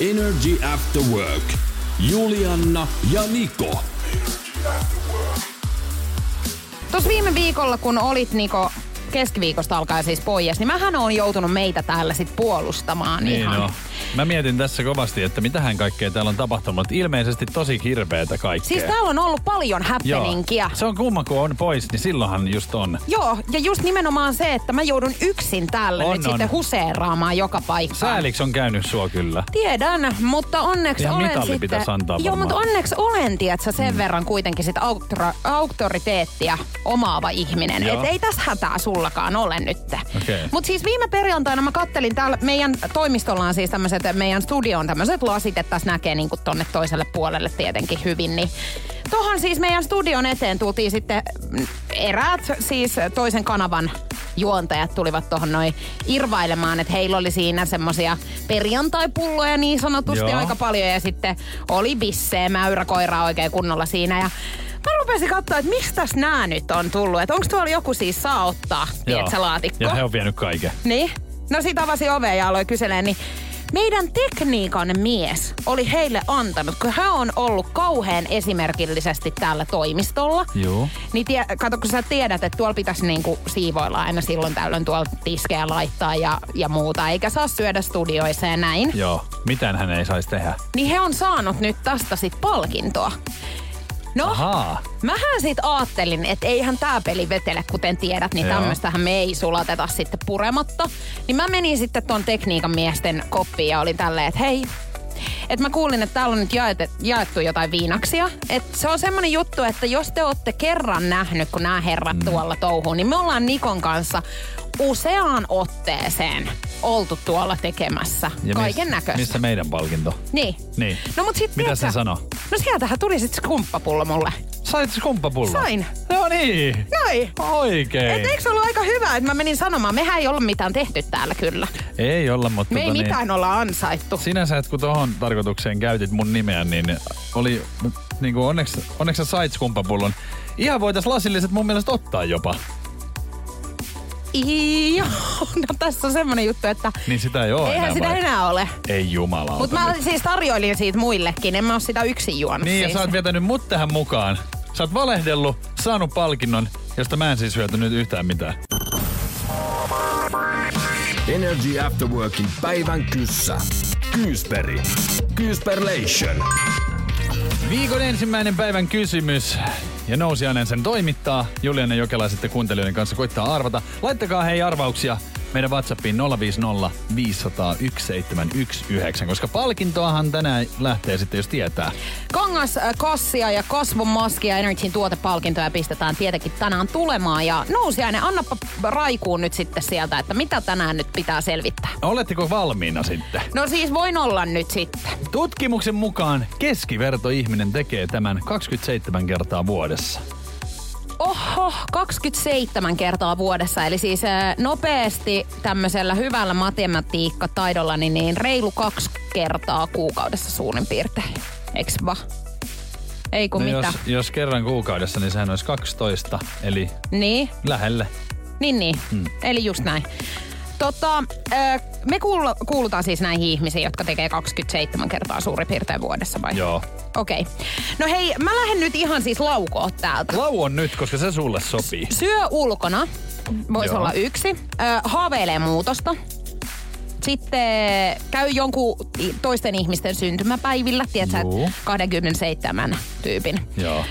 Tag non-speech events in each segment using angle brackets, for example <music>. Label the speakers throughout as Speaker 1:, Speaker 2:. Speaker 1: Energy After Work. Julianna ja Niko.
Speaker 2: Tuossa viime viikolla, kun olit Niko keskiviikosta alkaen siis pois, niin mähän on joutunut meitä täällä sit puolustamaan
Speaker 3: Niin
Speaker 2: ihan.
Speaker 3: on. Mä mietin tässä kovasti, että mitähän kaikkea täällä on tapahtunut. Ilmeisesti tosi hirveätä kaikkea.
Speaker 2: Siis täällä on ollut paljon häppeninkiä.
Speaker 3: Se on kumma, kun on pois, niin silloinhan just on.
Speaker 2: Joo, ja just nimenomaan se, että mä joudun yksin täällä
Speaker 3: On,
Speaker 2: nyt
Speaker 3: on.
Speaker 2: sitten huseeraamaan joka paikkaan.
Speaker 3: Sääliks on käynyt sua kyllä.
Speaker 2: Tiedän, mutta onneksi
Speaker 3: Ihan
Speaker 2: olen
Speaker 3: mitalli
Speaker 2: sitten...
Speaker 3: pitäisi antaa
Speaker 2: Joo,
Speaker 3: varmaan. Mm.
Speaker 2: mutta onneksi olen, tiedätkö, sen verran kuitenkin sit auktora, auktoriteettia omaava ihminen.
Speaker 3: Joo.
Speaker 2: Et ei tässä hätää sullakaan ole nyt.
Speaker 3: Okei.
Speaker 2: Mutta siis viime perjantaina mä kattelin täällä, meidän toimistolla on siis tämmöiset, meidän studioon tämmöiset lasit, että tässä näkee niinku tonne toiselle puolelle tietenkin hyvin, niin Tohon siis meidän studion eteen tultiin sitten mm, eräät siis toisen kanavan juontajat tulivat tuohon noin irvailemaan, että heillä oli siinä semmosia perjantaipulloja niin sanotusti
Speaker 3: Joo.
Speaker 2: aika paljon ja sitten oli bissee mäyräkoiraa oikein kunnolla siinä ja Mä rupesin katsoa, että mistä nämä nyt on tullut. Että onko tuolla joku siis saa ottaa, tiedätkö, laatikko?
Speaker 3: Ja he on vienyt kaiken.
Speaker 2: Niin? No sit avasi ovea ja aloi kyselemään, niin meidän tekniikan mies oli heille antanut, kun hän on ollut kauhean esimerkillisesti täällä toimistolla.
Speaker 3: Joo.
Speaker 2: Niin tie, kato, kun sä tiedät, että tuolla pitäisi niinku siivoilla aina silloin tällöin tuolla tiskejä laittaa ja, ja muuta, eikä saa syödä studioissa ja näin.
Speaker 3: Joo. Mitään hän ei saisi tehdä.
Speaker 2: Niin he on saanut nyt tästä sit palkintoa. No,
Speaker 3: Ahaa.
Speaker 2: Mähän sit ajattelin, että eihän tää peli vetele, kuten tiedät, niin
Speaker 3: Joo.
Speaker 2: tämmöstähän me ei sulateta sitten purematta. Niin mä menin sitten ton tekniikan miesten koppiin ja olin tälleen, että hei, et mä kuulin, että täällä on nyt jaete, jaettu jotain viinaksia. Et se on semmonen juttu, että jos te olette kerran nähnyt, kun nämä herrat mm. tuolla touhuu, niin me ollaan Nikon kanssa useaan otteeseen oltu tuolla tekemässä kaiken näköistä.
Speaker 3: Missä meidän palkinto?
Speaker 2: Niin.
Speaker 3: Niin.
Speaker 2: No mut sit
Speaker 3: Mitä
Speaker 2: tiedätkö-
Speaker 3: se sanoo?
Speaker 2: No sieltähän tuli sit skumppapullo mulle.
Speaker 3: Sait skumppapulla?
Speaker 2: Sain.
Speaker 3: No niin.
Speaker 2: Noi.
Speaker 3: Oikein.
Speaker 2: Et eikö se ollut aika hyvä, että mä menin sanomaan, mehän ei ollut mitään tehty täällä kyllä.
Speaker 3: Ei olla, mutta...
Speaker 2: Me ei
Speaker 3: tota niin-
Speaker 2: mitään olla ansaittu.
Speaker 3: Sinänsä, että kun tuohon tarkoitukseen käytit mun nimeä, niin oli niin kuin onneksi, onneksi sä sait skumpapullon. Ihan voitais lasilliset mun mielestä ottaa jopa.
Speaker 2: Joo, <laughs> no tässä on semmonen juttu, että
Speaker 3: Niin sitä ei oo
Speaker 2: eihän
Speaker 3: enää
Speaker 2: sitä
Speaker 3: vai?
Speaker 2: enää ole.
Speaker 3: Ei jumala.
Speaker 2: Mutta mä siis tarjoilin siitä muillekin, en mä oo sitä yksin juonut
Speaker 3: Niin, ja
Speaker 2: siis.
Speaker 3: sä oot vetänyt mut tähän mukaan. Sä oot valehdellut, saanut palkinnon, josta mä en siis hyötynyt yhtään mitään.
Speaker 1: Energy After Workin päivän kyssä. Kyysperi. Kyysperlation.
Speaker 3: Viikon ensimmäinen päivän kysymys. Ja nousiainen sen toimittaa. Juliana Jokela sitten kuuntelijoiden kanssa koittaa arvata. Laittakaa hei arvauksia meidän WhatsAppiin 050 500 1719, koska palkintoahan tänään lähtee sitten, jos tietää.
Speaker 2: Kangas äh, kassia ja kasvomaskia Energyn tuotepalkintoja pistetään tietenkin tänään tulemaan. Ja nousiainen, annapa raikuun nyt sitten sieltä, että mitä tänään nyt pitää selvittää.
Speaker 3: No, Oletteko valmiina sitten?
Speaker 2: No siis voin olla nyt sitten.
Speaker 3: Tutkimuksen mukaan keskivertoihminen tekee tämän 27 kertaa vuodessa. No,
Speaker 2: Oho, 27 kertaa vuodessa. Eli siis äh, nopeasti tämmöisellä hyvällä matematiikkataidolla niin, niin reilu kaksi kertaa kuukaudessa suurin piirtein. Eiks va? Ei kun mitä.
Speaker 3: No jos, jos kerran kuukaudessa, niin sehän olisi 12, eli
Speaker 2: Niin,
Speaker 3: lähelle.
Speaker 2: niin, niin.
Speaker 3: Hmm.
Speaker 2: Mm. Eli just näin. Tota, äh, me kuul- kuulutaan siis näihin ihmisiin, jotka tekee 27 kertaa suurin piirtein vuodessa vai?
Speaker 3: Joo.
Speaker 2: Okei. Okay. No hei, mä lähden nyt ihan siis laukoon täältä.
Speaker 3: Lau on nyt, koska se sulle sopii.
Speaker 2: Syö ulkona, voisi
Speaker 3: Joo.
Speaker 2: olla yksi. Ö, haaveilee muutosta. Sitten käy jonkun i- toisten ihmisten syntymäpäivillä, tiedätkö,
Speaker 3: Juu.
Speaker 2: et 27 tyypin.
Speaker 3: Joo.
Speaker 2: Ö,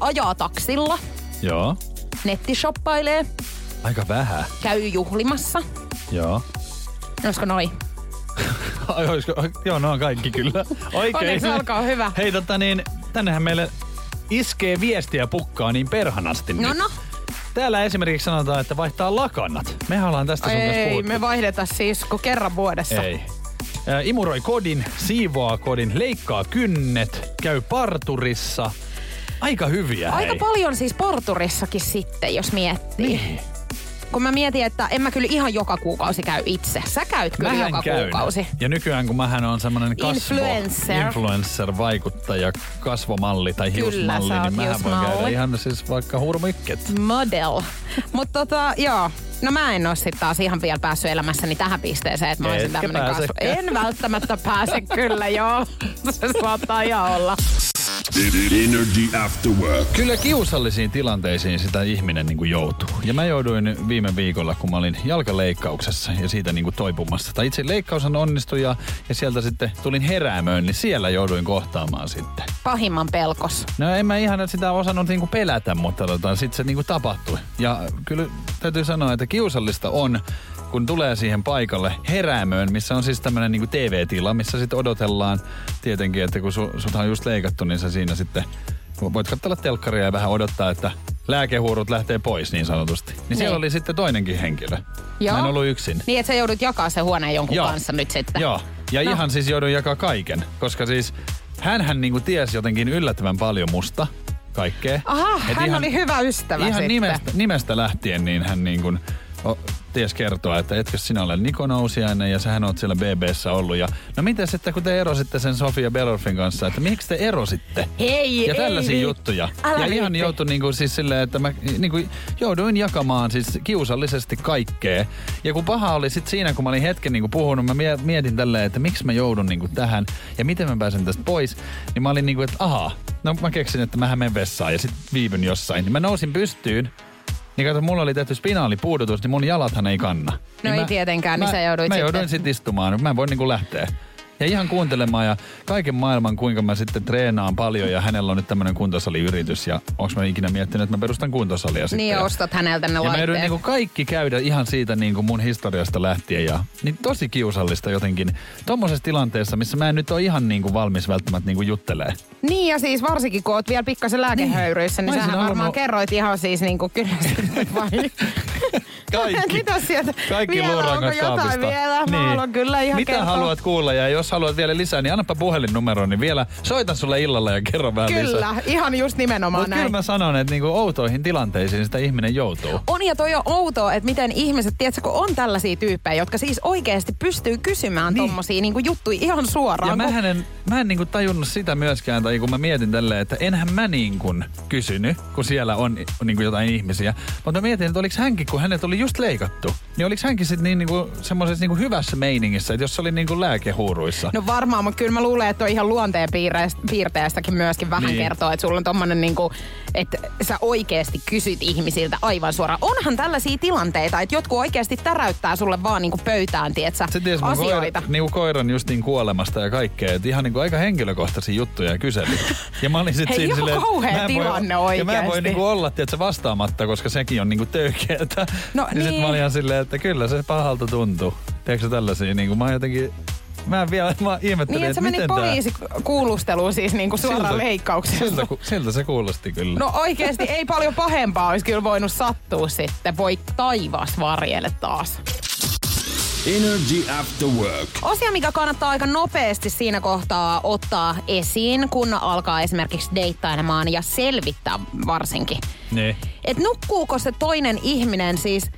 Speaker 2: ajaa taksilla,
Speaker 3: Joo.
Speaker 2: nettishoppailee,
Speaker 3: Aika vähän.
Speaker 2: käy juhlimassa.
Speaker 3: Joo.
Speaker 2: Olisiko noi?
Speaker 3: <laughs> Ai, olisiko, joo, no on kaikki kyllä. Oikein.
Speaker 2: Onneksi olkoon, hyvä.
Speaker 3: Hei, tota niin, tännehän meille iskee viestiä pukkaa niin perhanasti.
Speaker 2: No
Speaker 3: nyt.
Speaker 2: no,
Speaker 3: Täällä esimerkiksi sanotaan, että vaihtaa lakannat. Mehän ollaan tästä sun kanssa
Speaker 2: Ei,
Speaker 3: puhuttu.
Speaker 2: me vaihdeta siis kun kerran vuodessa.
Speaker 3: Ei. Ä, Imuroi kodin, siivoaa kodin, leikkaa kynnet, käy parturissa. Aika hyviä,
Speaker 2: Aika
Speaker 3: hei.
Speaker 2: paljon siis porturissakin sitten, jos miettii.
Speaker 3: Niin.
Speaker 2: Kun mä mietin, että en mä kyllä ihan joka kuukausi käy itse. Sä käyt kyllä
Speaker 3: Mähän
Speaker 2: joka
Speaker 3: käyn.
Speaker 2: kuukausi.
Speaker 3: Ja nykyään kun mähän on semmoinen kasvo,
Speaker 2: Influencer.
Speaker 3: influencer, vaikuttaja, kasvomalli tai
Speaker 2: Kyllä,
Speaker 3: hiusmalli,
Speaker 2: sä oot
Speaker 3: niin mähän voin käydä
Speaker 2: hiusmalli.
Speaker 3: ihan siis vaikka hurmikket.
Speaker 2: Model. Mutta tota, joo. No mä en oo sit taas ihan vielä päässyt elämässäni tähän pisteeseen, että mä olisin
Speaker 3: Etkä
Speaker 2: tämmönen kasvu.
Speaker 3: pääsekään.
Speaker 2: En välttämättä pääse <laughs> kyllä, joo. Se saattaa ihan olla.
Speaker 1: Energy After Work.
Speaker 3: Kyllä kiusallisiin tilanteisiin sitä ihminen niin kuin joutuu. Ja mä jouduin viime viikolla, kun mä olin jalkaleikkauksessa ja siitä niin kuin toipumassa. Tai itse leikkaushan onnistui ja, ja sieltä sitten tulin heräämöön, niin siellä jouduin kohtaamaan sitten.
Speaker 2: Pahimman pelkos.
Speaker 3: No en mä ihan sitä osannut niinku pelätä, mutta tota, sitten se niinku tapahtui. Ja kyllä täytyy sanoa, että kiusallista on, kun tulee siihen paikalle heräämöön, missä on siis tämmöinen niinku TV-tila, missä sitten odotellaan tietenkin, että kun su, sut on just leikattu, niin sä siinä sitten voit katsella telkkaria ja vähän odottaa, että lääkehuurut lähtee pois niin sanotusti. Niin, siellä
Speaker 2: Niin.
Speaker 3: oli sitten toinenkin henkilö.
Speaker 2: Joo.
Speaker 3: Mä en ollut yksin.
Speaker 2: Niin, että sä joudut jakaa sen huoneen jonkun
Speaker 3: Joo.
Speaker 2: kanssa nyt sitten.
Speaker 3: Joo. Ja
Speaker 2: No.
Speaker 3: no. ihan siis joudun jakaa kaiken, koska siis hänhän niinku tiesi jotenkin yllättävän paljon musta kaikkea.
Speaker 2: Aha,
Speaker 3: Et
Speaker 2: hän oli hyvä ystävä
Speaker 3: Ihan
Speaker 2: sitten.
Speaker 3: nimestä, nimestä lähtien niin hän niin kuin o, ties kertoa, että etkö sinä ole Niko Nousiainen ja sähän oot siellä BBssä ollut. Ja, no miten sitten kun te erositte sen Sofia Belorfin kanssa, että miksi te erositte?
Speaker 2: Hei,
Speaker 3: ja
Speaker 2: ei
Speaker 3: tällaisia
Speaker 2: viit-
Speaker 3: juttuja.
Speaker 2: Älä
Speaker 3: ja ihan
Speaker 2: viitti.
Speaker 3: joutui niinku siis silleen, että mä niinku jouduin jakamaan siis kiusallisesti kaikkea. Ja kun paha oli sit siinä, kun mä olin hetken niinku puhunut, mä mie- mietin tälleen, että miksi mä joudun niinku tähän ja miten mä pääsen tästä pois. Niin mä olin niinku, että ahaa, no mä keksin, että mähän menen vessaan ja sit viivyn jossain. Niin mä nousin pystyyn. Niin kato, mulla oli tehty spinaalipuudutus, niin mun jalathan ei kanna. No
Speaker 2: ei
Speaker 3: mä,
Speaker 2: tietenkään, niin
Speaker 3: mä,
Speaker 2: sä jouduit
Speaker 3: Mä
Speaker 2: sitten-
Speaker 3: jouduin sit istumaan, mä en voi niinku lähteä. Ja ihan kuuntelemaan ja kaiken maailman, kuinka mä sitten treenaan paljon ja hänellä on nyt tämmönen kuntosaliyritys ja onks mä ikinä miettinyt, että mä perustan kuntosalia sitten.
Speaker 2: Niin,
Speaker 3: ja,
Speaker 2: ja ostat häneltä ne
Speaker 3: ja mä
Speaker 2: laitteet.
Speaker 3: joudun niinku kaikki käydä ihan siitä niinku mun historiasta lähtien ja niin tosi kiusallista jotenkin. Tommosessa tilanteessa, missä mä en nyt ole ihan niinku valmis välttämättä niinku juttelee.
Speaker 2: Niin ja siis varsinkin kun oot vielä pikkasen lääkehöyryissä, niin,
Speaker 3: Mä
Speaker 2: niin
Speaker 3: olisin
Speaker 2: sähän varmaan
Speaker 3: halunnut-
Speaker 2: kerroit ihan siis niin kuin kyllä sitten vai?
Speaker 3: <laughs> Kaikki.
Speaker 2: <laughs> Mitä sieltä?
Speaker 3: Kaikki
Speaker 2: vielä
Speaker 3: luurangon
Speaker 2: onko jotain
Speaker 3: kaapista. Niin.
Speaker 2: vielä? Mä haluan kyllä ihan
Speaker 3: Mitä
Speaker 2: kertoa.
Speaker 3: haluat kuulla ja jos haluat vielä lisää, niin annapa puhelinnumeron, niin vielä soitan sulle illalla ja kerro vähän lisää.
Speaker 2: Kyllä, ihan just nimenomaan
Speaker 3: Mutta
Speaker 2: näin.
Speaker 3: kyllä mä sanon, että niinku outoihin tilanteisiin sitä ihminen joutuu.
Speaker 2: On ja toi on outoa, että miten ihmiset, tiedätkö, kun on tällaisia tyyppejä, jotka siis oikeasti pystyy kysymään
Speaker 3: Niin.
Speaker 2: niin. tommosia niin kuin juttuja ihan suoraan.
Speaker 3: Ja
Speaker 2: kun-
Speaker 3: mä en, mä en niinku tajunnut sitä myöskään, tai kun mä mietin tälleen, että enhän mä niin kuin kysynyt, kun siellä on niinku jotain ihmisiä. Mutta mä mietin, että oliko hänkin, kun hänet oli just leikattu, niin oliko hänkin sitten niin niinku semmoisessa niinku hyvässä meiningissä, että jos se oli niinku lääkehuuruissa.
Speaker 2: No varmaan, mutta kyllä mä luulen, että on ihan luonteen piirreist- piirteestäkin myöskin vähän
Speaker 3: Niin.
Speaker 2: niin. kertoo, että sulla on tommonen niinku, että sä oikeasti kysyt ihmisiltä aivan suoraan. Onhan tällaisia tilanteita, että jotkut oikeasti täräyttää sulle vaan niinku pöytään, tietsä,
Speaker 3: Se ties mun
Speaker 2: asioita.
Speaker 3: koira, niinku koiran just niin kuolemasta ja kaikkea. Et ihan niinku aika henkilökohtaisia juttuja ja kyseli. Ja mä olin sit
Speaker 2: Hei,
Speaker 3: siinä
Speaker 2: ihan
Speaker 3: silleen,
Speaker 2: kauhea
Speaker 3: mä en
Speaker 2: tilanne
Speaker 3: voi, Ja mä en voi
Speaker 2: oikeesti.
Speaker 3: niinku olla tiedätkö, vastaamatta, koska sekin on niinku töykeetä.
Speaker 2: No
Speaker 3: niin. Sit
Speaker 2: niin.
Speaker 3: mä olin ihan silleen, että kyllä se pahalta tuntuu. Tiedätkö tällaisia, niinku mä oon jotenkin... Mä en vielä, mä ihmettelin,
Speaker 2: Niin, että
Speaker 3: että
Speaker 2: sä
Speaker 3: miten
Speaker 2: menit poliisikuulusteluun siis niinku
Speaker 3: tää...
Speaker 2: suoraan leikkauksesta.
Speaker 3: Siltä, ku- siltä se kuulosti kyllä.
Speaker 2: No oikeesti ei paljon pahempaa olisi kyllä voinut sattua sitten. Voi taivas varjelle taas.
Speaker 1: Energy After Work.
Speaker 2: Osia, mikä kannattaa aika nopeasti siinä kohtaa ottaa esiin, kun alkaa esimerkiksi deittailemaan ja selvittää varsinkin.
Speaker 3: Niin.
Speaker 2: Et nukkuuko se toinen ihminen siis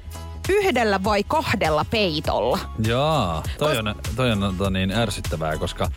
Speaker 2: yhdellä vai kahdella peitolla?
Speaker 3: Jaa, toi on, toi on tota niin ärsyttävää, koska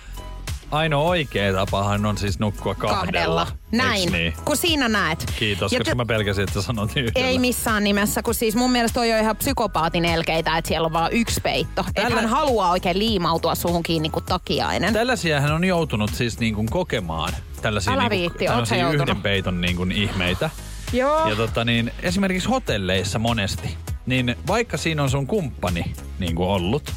Speaker 3: ainoa oikea tapahan on siis nukkua kahdella. Eiks
Speaker 2: Näin,
Speaker 3: Niin?
Speaker 2: kun siinä näet.
Speaker 3: Kiitos,
Speaker 2: Ja
Speaker 3: koska
Speaker 2: te-
Speaker 3: mä pelkäsin, että sanot yhdellä.
Speaker 2: Ei missään nimessä, kun siis mun mielestä toi on ihan psykopaatin elkeitä, että siellä on vaan yksi peitto. Tällä...
Speaker 3: Tällä-
Speaker 2: Että hän haluaa oikein liimautua suhun kiinni kuin takiainen.
Speaker 3: Tällaisia hän on joutunut siis niin kuin kokemaan. Tällaisia,
Speaker 2: Älä
Speaker 3: niin kuin,
Speaker 2: viitti, oot sä
Speaker 3: tällaisia
Speaker 2: joutunut?
Speaker 3: yhden peiton niin kuin ihmeitä.
Speaker 2: Joo.
Speaker 3: Ja tota niin, esimerkiksi hotelleissa monesti, niin vaikka siinä on sun kumppani niin kuin ollut,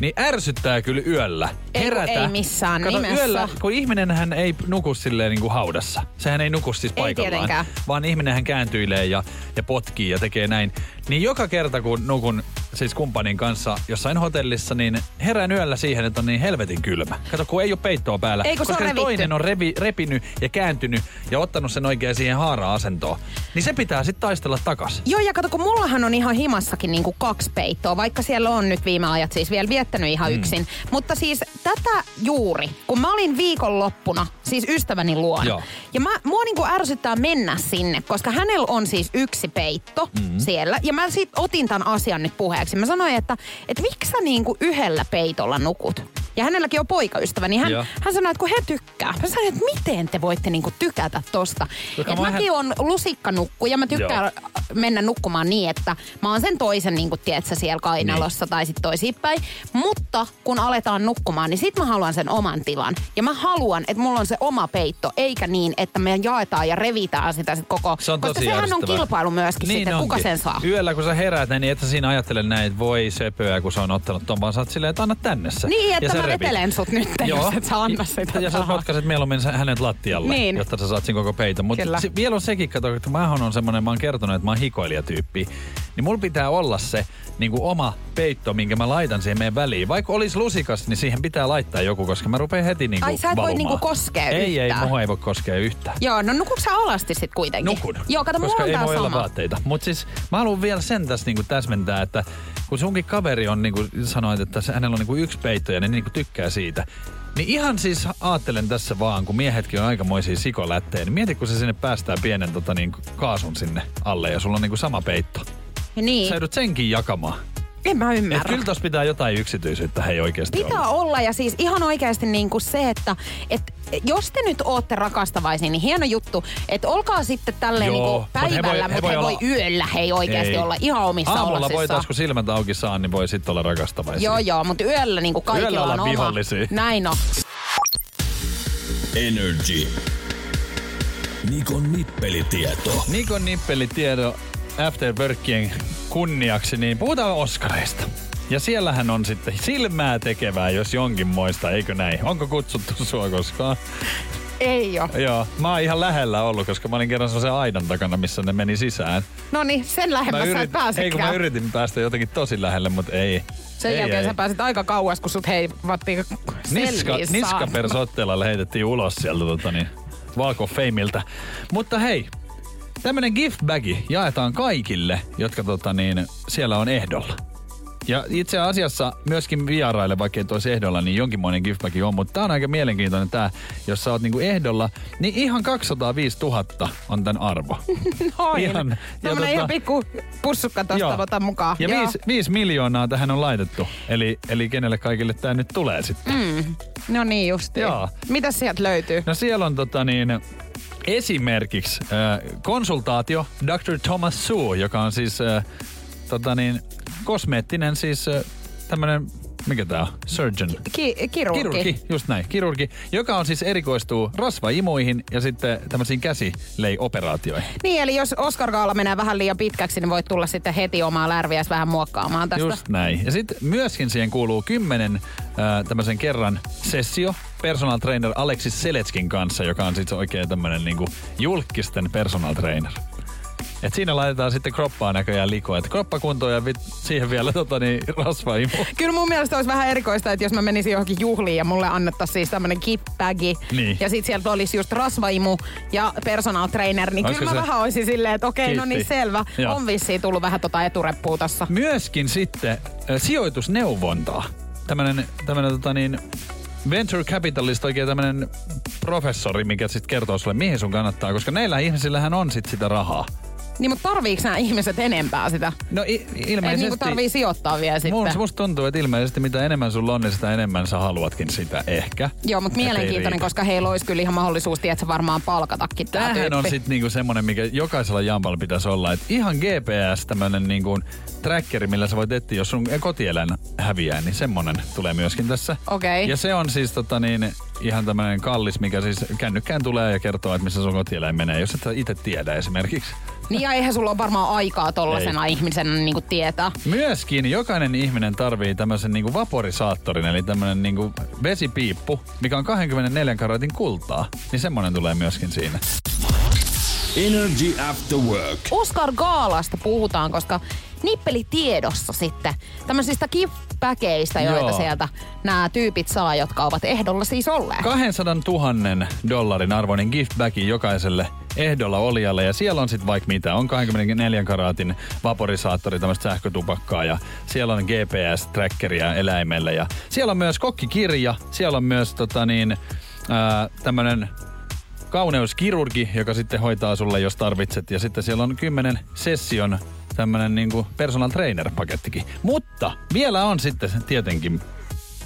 Speaker 3: niin ärsyttää kyllä yöllä.
Speaker 2: Ei, kun
Speaker 3: Herätä.
Speaker 2: ei missään
Speaker 3: Kato,
Speaker 2: nimessä.
Speaker 3: Yöllä, kun ihminenhän ei nuku silleen niin kuin haudassa. Sehän ei nuku siis
Speaker 2: Ei
Speaker 3: paikallaan.
Speaker 2: tietenkään.
Speaker 3: Vaan ihminenhän kääntyilee ja, ja potkii ja tekee näin. Niin joka kerta kun nukun siis kumppanin kanssa jossain hotellissa, niin herään yöllä siihen, että on niin helvetin kylmä. Kato, kun ei ole peittoa päällä.
Speaker 2: Ei, kun se
Speaker 3: koska
Speaker 2: on revitty.
Speaker 3: toinen on revi, repinyt ja kääntynyt ja ottanut sen oikein siihen haara-asentoon. Niin se pitää sitten taistella takas.
Speaker 2: Joo, ja kato, kun mullahan on ihan himassakin niinku kaksi peittoa, vaikka siellä on nyt viime ajat siis vielä viettänyt ihan mm. yksin. Mutta siis tätä juuri, kun mä olin viikonloppuna, siis ystäväni luona,
Speaker 3: Joo.
Speaker 2: ja mä, mua niinku ärsyttää mennä sinne, koska hänellä on siis yksi peitto mm. siellä, ja mä sit otin tämän asian nyt puheeksi. Mä sanoin, että et miksi sä niinku yhdellä peitolla nukut? Ja hänelläkin on poikaystävä, niin hän,
Speaker 3: Joo.
Speaker 2: hän sanoi, että kun he tykkää. Mä sanoin, että miten te voitte niinku tykätä tosta.
Speaker 3: Joka
Speaker 2: Et
Speaker 3: mä-
Speaker 2: mäkin on lusikkanukku ja mä tykkään
Speaker 3: Joo.
Speaker 2: mennä nukkumaan niin, että mä oon sen toisen, niin kuin tiedät sä, siellä kainalossa niin. tai sitten toisinpäin. Mutta kun aletaan nukkumaan, niin sit mä haluan sen oman tilan. Ja mä haluan, että mulla on se oma peitto, eikä niin, että me jaetaan ja revitään sitä sit koko...
Speaker 3: Se on
Speaker 2: koska
Speaker 3: tosi
Speaker 2: sehän on
Speaker 3: ärsyttävää.
Speaker 2: kilpailu myöskin niin sitten, kuka
Speaker 3: onkin.
Speaker 2: sen saa.
Speaker 3: Yöllä kun sä heräät, niin et sä siinä ajattele näin, että voi söpöä, kun se on ottanut ton, vaan sä oot silleen, että anna tänne se.
Speaker 2: Niin,
Speaker 3: Ja
Speaker 2: että
Speaker 3: sä
Speaker 2: mä
Speaker 3: repit.
Speaker 2: vetelen sut nyt, <laughs> jos et sä anna sitä
Speaker 3: Ja, ja sä
Speaker 2: rahaa.
Speaker 3: potkaset mieluummin sä- hänet lattialle,
Speaker 2: Niin.
Speaker 3: jotta sä saat sen koko peiton.
Speaker 2: Kyllä.
Speaker 3: Mutta si- vielä on sekin, kato, että mähän on semmonen, mä oon kertonut, että mä oon hikoilijatyyppi. Niin mulla pitää olla se niin kuin oma peitto, minkä mä laitan siihen meidän väliin. Vaikka olisi lusikas, niin siihen pitää laittaa joku, koska mä rupean heti niin kuin
Speaker 2: Ai, sä et voi niinku koskea
Speaker 3: Ei, ei,
Speaker 2: yhtään.
Speaker 3: mua ei voi koskea yhtään.
Speaker 2: Joo, no nukuks sä alasti sit kuitenkin?
Speaker 3: Nukun.
Speaker 2: Joo, kato,
Speaker 3: Koska
Speaker 2: mulla on
Speaker 3: ei
Speaker 2: tää
Speaker 3: voi olla
Speaker 2: sama.
Speaker 3: vaatteita. Mutta siis mä haluan vielä sen tässä niinku täsmentää, että kun sunkin kaveri on, niin kuin sanoit, että se- hänellä on niinku yksi peitto ja ne niinku tykkää siitä. Niin ihan siis ajattelen tässä vaan, kun miehetkin on aikamoisia sikolättejä, niin mieti, kun se sinne päästää pienen tota, niin kaasun sinne alle ja sulla on niin kuin sama peitto.
Speaker 2: Niin,
Speaker 3: Sä joudut senkin jakamaan.
Speaker 2: en mä
Speaker 3: Et
Speaker 2: ymmärrä.
Speaker 3: kyllä tos pitää jotain yksityisyyttä, hei oikeasti
Speaker 2: Pitää
Speaker 3: olla.
Speaker 2: olla ja siis ihan oikeasti niin kuin se, että et, jos te nyt ootte rakastavaisia, niin hieno juttu, että olkaa sitten tälleen niin
Speaker 3: Joo,
Speaker 2: kuin
Speaker 3: mut he voi-
Speaker 2: päivällä,
Speaker 3: he
Speaker 2: mutta
Speaker 3: voi
Speaker 2: he, voi
Speaker 3: olla-
Speaker 2: yöllä hei oikeasti
Speaker 3: Ei.
Speaker 2: olla ihan omissa
Speaker 3: Aamulla
Speaker 2: ollaksissa.
Speaker 3: voi taas, kun silmät auki saa, niin voi sitten olla rakastavaisia.
Speaker 2: Joo, joo, mutta yöllä niin kuin kaikilla
Speaker 3: Yöllä
Speaker 2: on
Speaker 3: ollaan
Speaker 2: oma.
Speaker 3: vihollisia.
Speaker 2: Näin on.
Speaker 1: Energy. Nikon nippelitieto.
Speaker 3: Nikon nippelitiedo After Workien kunniaksi, niin puhutaan Oskareista. Ja siellähän on sitten silmää tekevää, jos jonkin moista, eikö näin? Onko kutsuttu sua koskaan?
Speaker 2: Ei oo.
Speaker 3: Joo, mä oon ihan lähellä ollut, koska mä olin kerran sen aidan takana, missä ne meni sisään.
Speaker 2: No niin, sen
Speaker 3: Mä
Speaker 2: lähemmäs sä et
Speaker 3: ei kun mä
Speaker 2: pääsekään.
Speaker 3: yritin päästä jotenkin tosi lähelle, mutta ei.
Speaker 2: Sen
Speaker 3: ei,
Speaker 2: jälkeen
Speaker 3: ei.
Speaker 2: sä pääsit aika kauas, kun sut heivattiin
Speaker 3: Niska,
Speaker 2: selliin saakka.
Speaker 3: niskapersotteella heitettiin ulos sieltä tota niin, Valko Feimiltä. Mutta hei, tämmönen giftbagi jaetaan kaikille, jotka tota niin, siellä on ehdolla. Ja itse asiassa myöskin vieraille, vaikka et olisi ehdolla, niin jonkinmoinen giftbagi on. Mutta tämä on aika mielenkiintoinen tämä, jos sä oot niinku ehdolla, niin ihan 205 000 on tämän
Speaker 2: <laughs>
Speaker 3: arvo.
Speaker 2: <laughs>
Speaker 3: Ihan-
Speaker 2: Noin.
Speaker 3: ja
Speaker 2: Ihan, Tämmönen
Speaker 3: tota-
Speaker 2: ihan pikku pussukka
Speaker 3: Joo.
Speaker 2: tosta otan mukaan.
Speaker 3: Ja
Speaker 2: Joo.
Speaker 3: viisi, viisi miljoonaa tähän on laitettu. Eli, eli kenelle kaikille tämä nyt tulee sitten. Mm.
Speaker 2: No niin justi.
Speaker 3: Joo.
Speaker 2: Mitäs sieltä löytyy?
Speaker 3: No siellä on tota niin, esimerkiksi äh, konsultaatio Dr. Thomas Sue, joka on siis äh, tota niin, kosmeettinen siis äh, tämmönen, mikä tää on? Surgeon.
Speaker 2: Ki- kirurgi.
Speaker 3: Kirurgi, just näin, kirurgi, joka on siis erikoistuu rasvaimuihin ja sitten tämmöisiin käsileioperaatioihin.
Speaker 2: Niin, eli jos Oscar Gaala menee vähän liian pitkäksi, niin voit tulla sitten heti omaa lärviäs vähän muokkaamaan tästä.
Speaker 3: Just näin. Ja sitten myöskin siihen kuuluu kymmenen äh, tämmöisen kerran sessio personal trainer Alexis Seletskin kanssa, joka on siis oikein tämmöinen niinku julkisten personal trainer. Et siinä laitetaan sitten kroppaa näköjään likoa. Et kroppa kuntoon ja vit, siihen vielä tota niin, rasvaimu.
Speaker 2: Kyllä mun mielestä olisi vähän erikoista, että jos mä menisin johonkin juhliin ja mulle annettaisiin siis tämmönen kippägi.
Speaker 3: Niin.
Speaker 2: Ja sit sieltä olisi just rasvaimu ja personal trainer, niin
Speaker 3: Olisiko
Speaker 2: kyllä mä
Speaker 3: se-
Speaker 2: vähän olisin silleen, että okei, no
Speaker 3: Kiitti.
Speaker 2: niin selvä.
Speaker 3: Joo.
Speaker 2: On vissiin tullut vähän tota etureppua tossa.
Speaker 3: Myöskin sitten äh, sijoitusneuvontaa. Tämmönen, tämmönen tota niin, venture capitalist, oikein tämmönen professori, mikä sitten kertoo sulle, mihin sun kannattaa, koska näillä ihmisillähän on sitten sitä rahaa.
Speaker 2: Niin, mutta tarviiks nämä ihmiset enempää sitä?
Speaker 3: No i- ilmeisesti...
Speaker 2: Ei niinku tarvii sijoittaa vielä sitten.
Speaker 3: Mun, musta tuntuu, että ilmeisesti mitä enemmän sulla on, niin sitä enemmän sä haluatkin sitä ehkä.
Speaker 2: Joo, mutta
Speaker 3: Et ei
Speaker 2: mielenkiintoinen,
Speaker 3: riitä.
Speaker 2: koska heillä olisi kyllä ihan mahdollisuus, että varmaan palkatakin tää
Speaker 3: Tämähän on
Speaker 2: tyyppi.
Speaker 3: sitten niinku semmonen, mikä jokaisella jampalla pitäisi olla. Että ihan GPS, tämmönen niinku trackeri, millä sä voit etsiä, jos sun kotieläin häviää, niin semmonen tulee myöskin tässä.
Speaker 2: Okei.
Speaker 3: Ja se on siis tota niin, ihan tämmönen kallis, mikä siis kännykkään tulee ja kertoo, että missä sun kotieläin menee, jos et sä itse tiedä esimerkiksi.
Speaker 2: Niin ja eihän sulla ole varmaan aikaa tollasena ihmisenä niinku tietää.
Speaker 3: Myöskin jokainen ihminen tarvii tämmöisen niinku vaporisaattorin, eli tämmöinen niinku vesipiippu, mikä on 24 karatin kultaa. Niin semmonen tulee myöskin siinä.
Speaker 1: Energy After Work.
Speaker 2: Oscar Gaalasta puhutaan, koska nippeli tiedossa sitten tämmöisistä kippäkeistä, joita
Speaker 3: Joo.
Speaker 2: sieltä nämä tyypit saa, jotka ovat ehdolla siis olleet.
Speaker 3: 200 000 dollarin arvoinen giftbagi jokaiselle ehdolla olijalle. Ja siellä on sitten vaikka mitä. On 24 karaatin vaporisaattori, tämmöistä sähkötupakkaa ja siellä on GPS-trackeria eläimelle. Ja siellä on myös kokkikirja, siellä on myös tota niin, tämmöinen kauneuskirurgi, joka sitten hoitaa sulle, jos tarvitset. Ja sitten siellä on 10 session tämmönen niinku personal trainer-pakettikin. Mutta vielä on sitten se tietenkin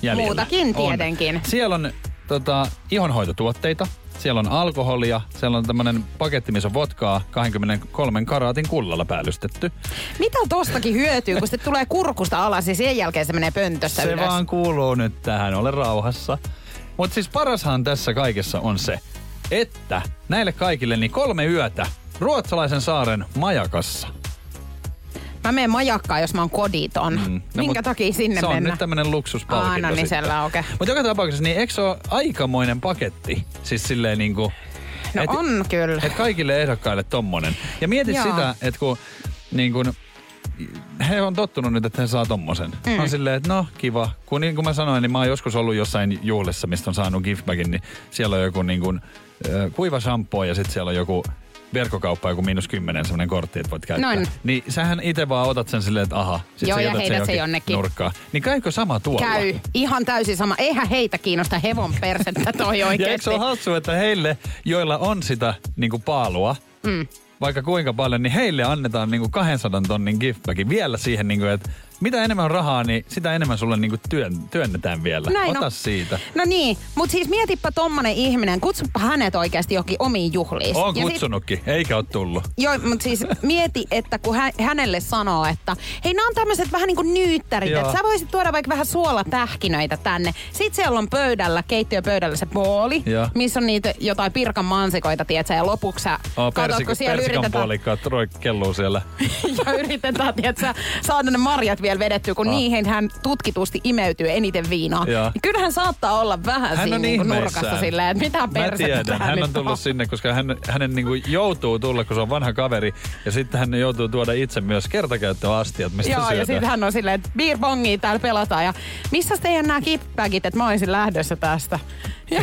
Speaker 3: jäljellä.
Speaker 2: Muutakin
Speaker 3: On.
Speaker 2: tietenkin.
Speaker 3: Siellä on tota, ihonhoitotuotteita, siellä on alkoholia, siellä on tämmönen paketti, missä on votkaa 23 karaatin kullalla päällystetty.
Speaker 2: Mitä tostakin hyötyy, kun se tulee kurkusta alas ja sen jälkeen se menee pöntössä
Speaker 3: Se
Speaker 2: ylös?
Speaker 3: vaan kuuluu nyt tähän, ole rauhassa. Mutta siis parashan tässä kaikessa on se, että näille kaikille niin kolme yötä ruotsalaisen saaren majakassa. No
Speaker 2: Mä menen majakkaan, jos mä oon koditon. Mm.
Speaker 3: Mm.
Speaker 2: No, Minkä
Speaker 3: mut
Speaker 2: takia sinne
Speaker 3: Se on
Speaker 2: mennä?
Speaker 3: nyt tämmönen luksuspalkinto
Speaker 2: Aa, no niin, siellä, okei.
Speaker 3: Mutta joka tapauksessa, niin eikö se ole aikamoinen paketti? Siis silleen niinku...
Speaker 2: No on kyllä.
Speaker 3: Et kaikille ehdokkaille tommonen. Ja mieti
Speaker 2: Joo.
Speaker 3: sitä, että kun niin kun, he on tottunut nyt, että he saa tommosen. Mm. On silleen, että no kiva. Kun niin kuin mä sanoin, niin mä oon joskus ollut jossain juhlissa, mistä on saanut giftbagin, niin siellä on joku niin kun, äh, kuiva shampoo ja sitten siellä on joku verkkokauppa, joku miinus kymmenen semmoinen kortti, että voit käyttää.
Speaker 2: Noin.
Speaker 3: Niin sähän itse vaan otat sen silleen, että aha. Sit
Speaker 2: Joo,
Speaker 3: sä
Speaker 2: ja
Speaker 3: jätät
Speaker 2: heität sen
Speaker 3: johonkin
Speaker 2: jonnekin.
Speaker 3: Nurkkaan. Niin käykö sama tuolla?
Speaker 2: Käy. Ihan täysin sama. Eihän heitä kiinnosta hevon persettä
Speaker 3: <laughs>
Speaker 2: toi
Speaker 3: Ja eikö
Speaker 2: oikeesti.
Speaker 3: se ole hassu, että heille, joilla on sitä niin kuin paalua, mm. vaikka kuinka paljon, niin heille annetaan niin kuin 200 tonnin giftbagi vielä siihen, niin kuin, että mitä enemmän on rahaa, niin sitä enemmän sulle niin kuin työn, työnnetään vielä.
Speaker 2: Näin
Speaker 3: Ota
Speaker 2: on.
Speaker 3: siitä.
Speaker 2: No niin, mutta siis mietipä tommonen ihminen, kutsuppa hänet oikeasti johonkin omiin juhliin.
Speaker 3: Oon
Speaker 2: Ja sit-
Speaker 3: kutsunutkin, eikä ole tullut.
Speaker 2: Joo, mutta siis mieti, että kun hä- hänelle sanoo, että hei, nämä on tämmöiset vähän niin kuin nyyttärit,
Speaker 3: Joo.
Speaker 2: että sä voisit tuoda vaikka vähän suolatähkinöitä tänne. Sitten siellä on pöydällä, keittiöpöydällä se booli,
Speaker 3: Joo.
Speaker 2: missä on niitä jotain pirkan mansikoita, tietsä, ja lopuksi sä
Speaker 3: Oh,
Speaker 2: katot,
Speaker 3: persik-
Speaker 2: kun siellä
Speaker 3: persikan
Speaker 2: yritetään,
Speaker 3: puolikkaat roi- kelluu siellä.
Speaker 2: ja yritetään tietsä, saada ne marjat vielä vedettyä, kun
Speaker 3: Ah.
Speaker 2: niihin hän tutkitusti imeytyy eniten viinaa.
Speaker 3: Joo.
Speaker 2: Niin Kyllähän saattaa olla vähän
Speaker 3: Hän
Speaker 2: siinä
Speaker 3: on
Speaker 2: niin kuin
Speaker 3: ihmeissään.
Speaker 2: nurkassa silleen, että mitä
Speaker 3: Mä
Speaker 2: persettä
Speaker 3: tiedän,
Speaker 2: tää
Speaker 3: hän
Speaker 2: nyt
Speaker 3: on tullut sinne, koska hän, hänen niin kuin joutuu tulla, kun se on vanha kaveri. Ja sitten hän joutuu tuoda itse myös kertakäyttöastiat, mistä
Speaker 2: Joo, ja
Speaker 3: syödään.
Speaker 2: sitten hän on silleen, että beer bongia täällä pelataan. Ja missä teidän nämä kippääkit, että mä olisin lähdössä tästä? Ja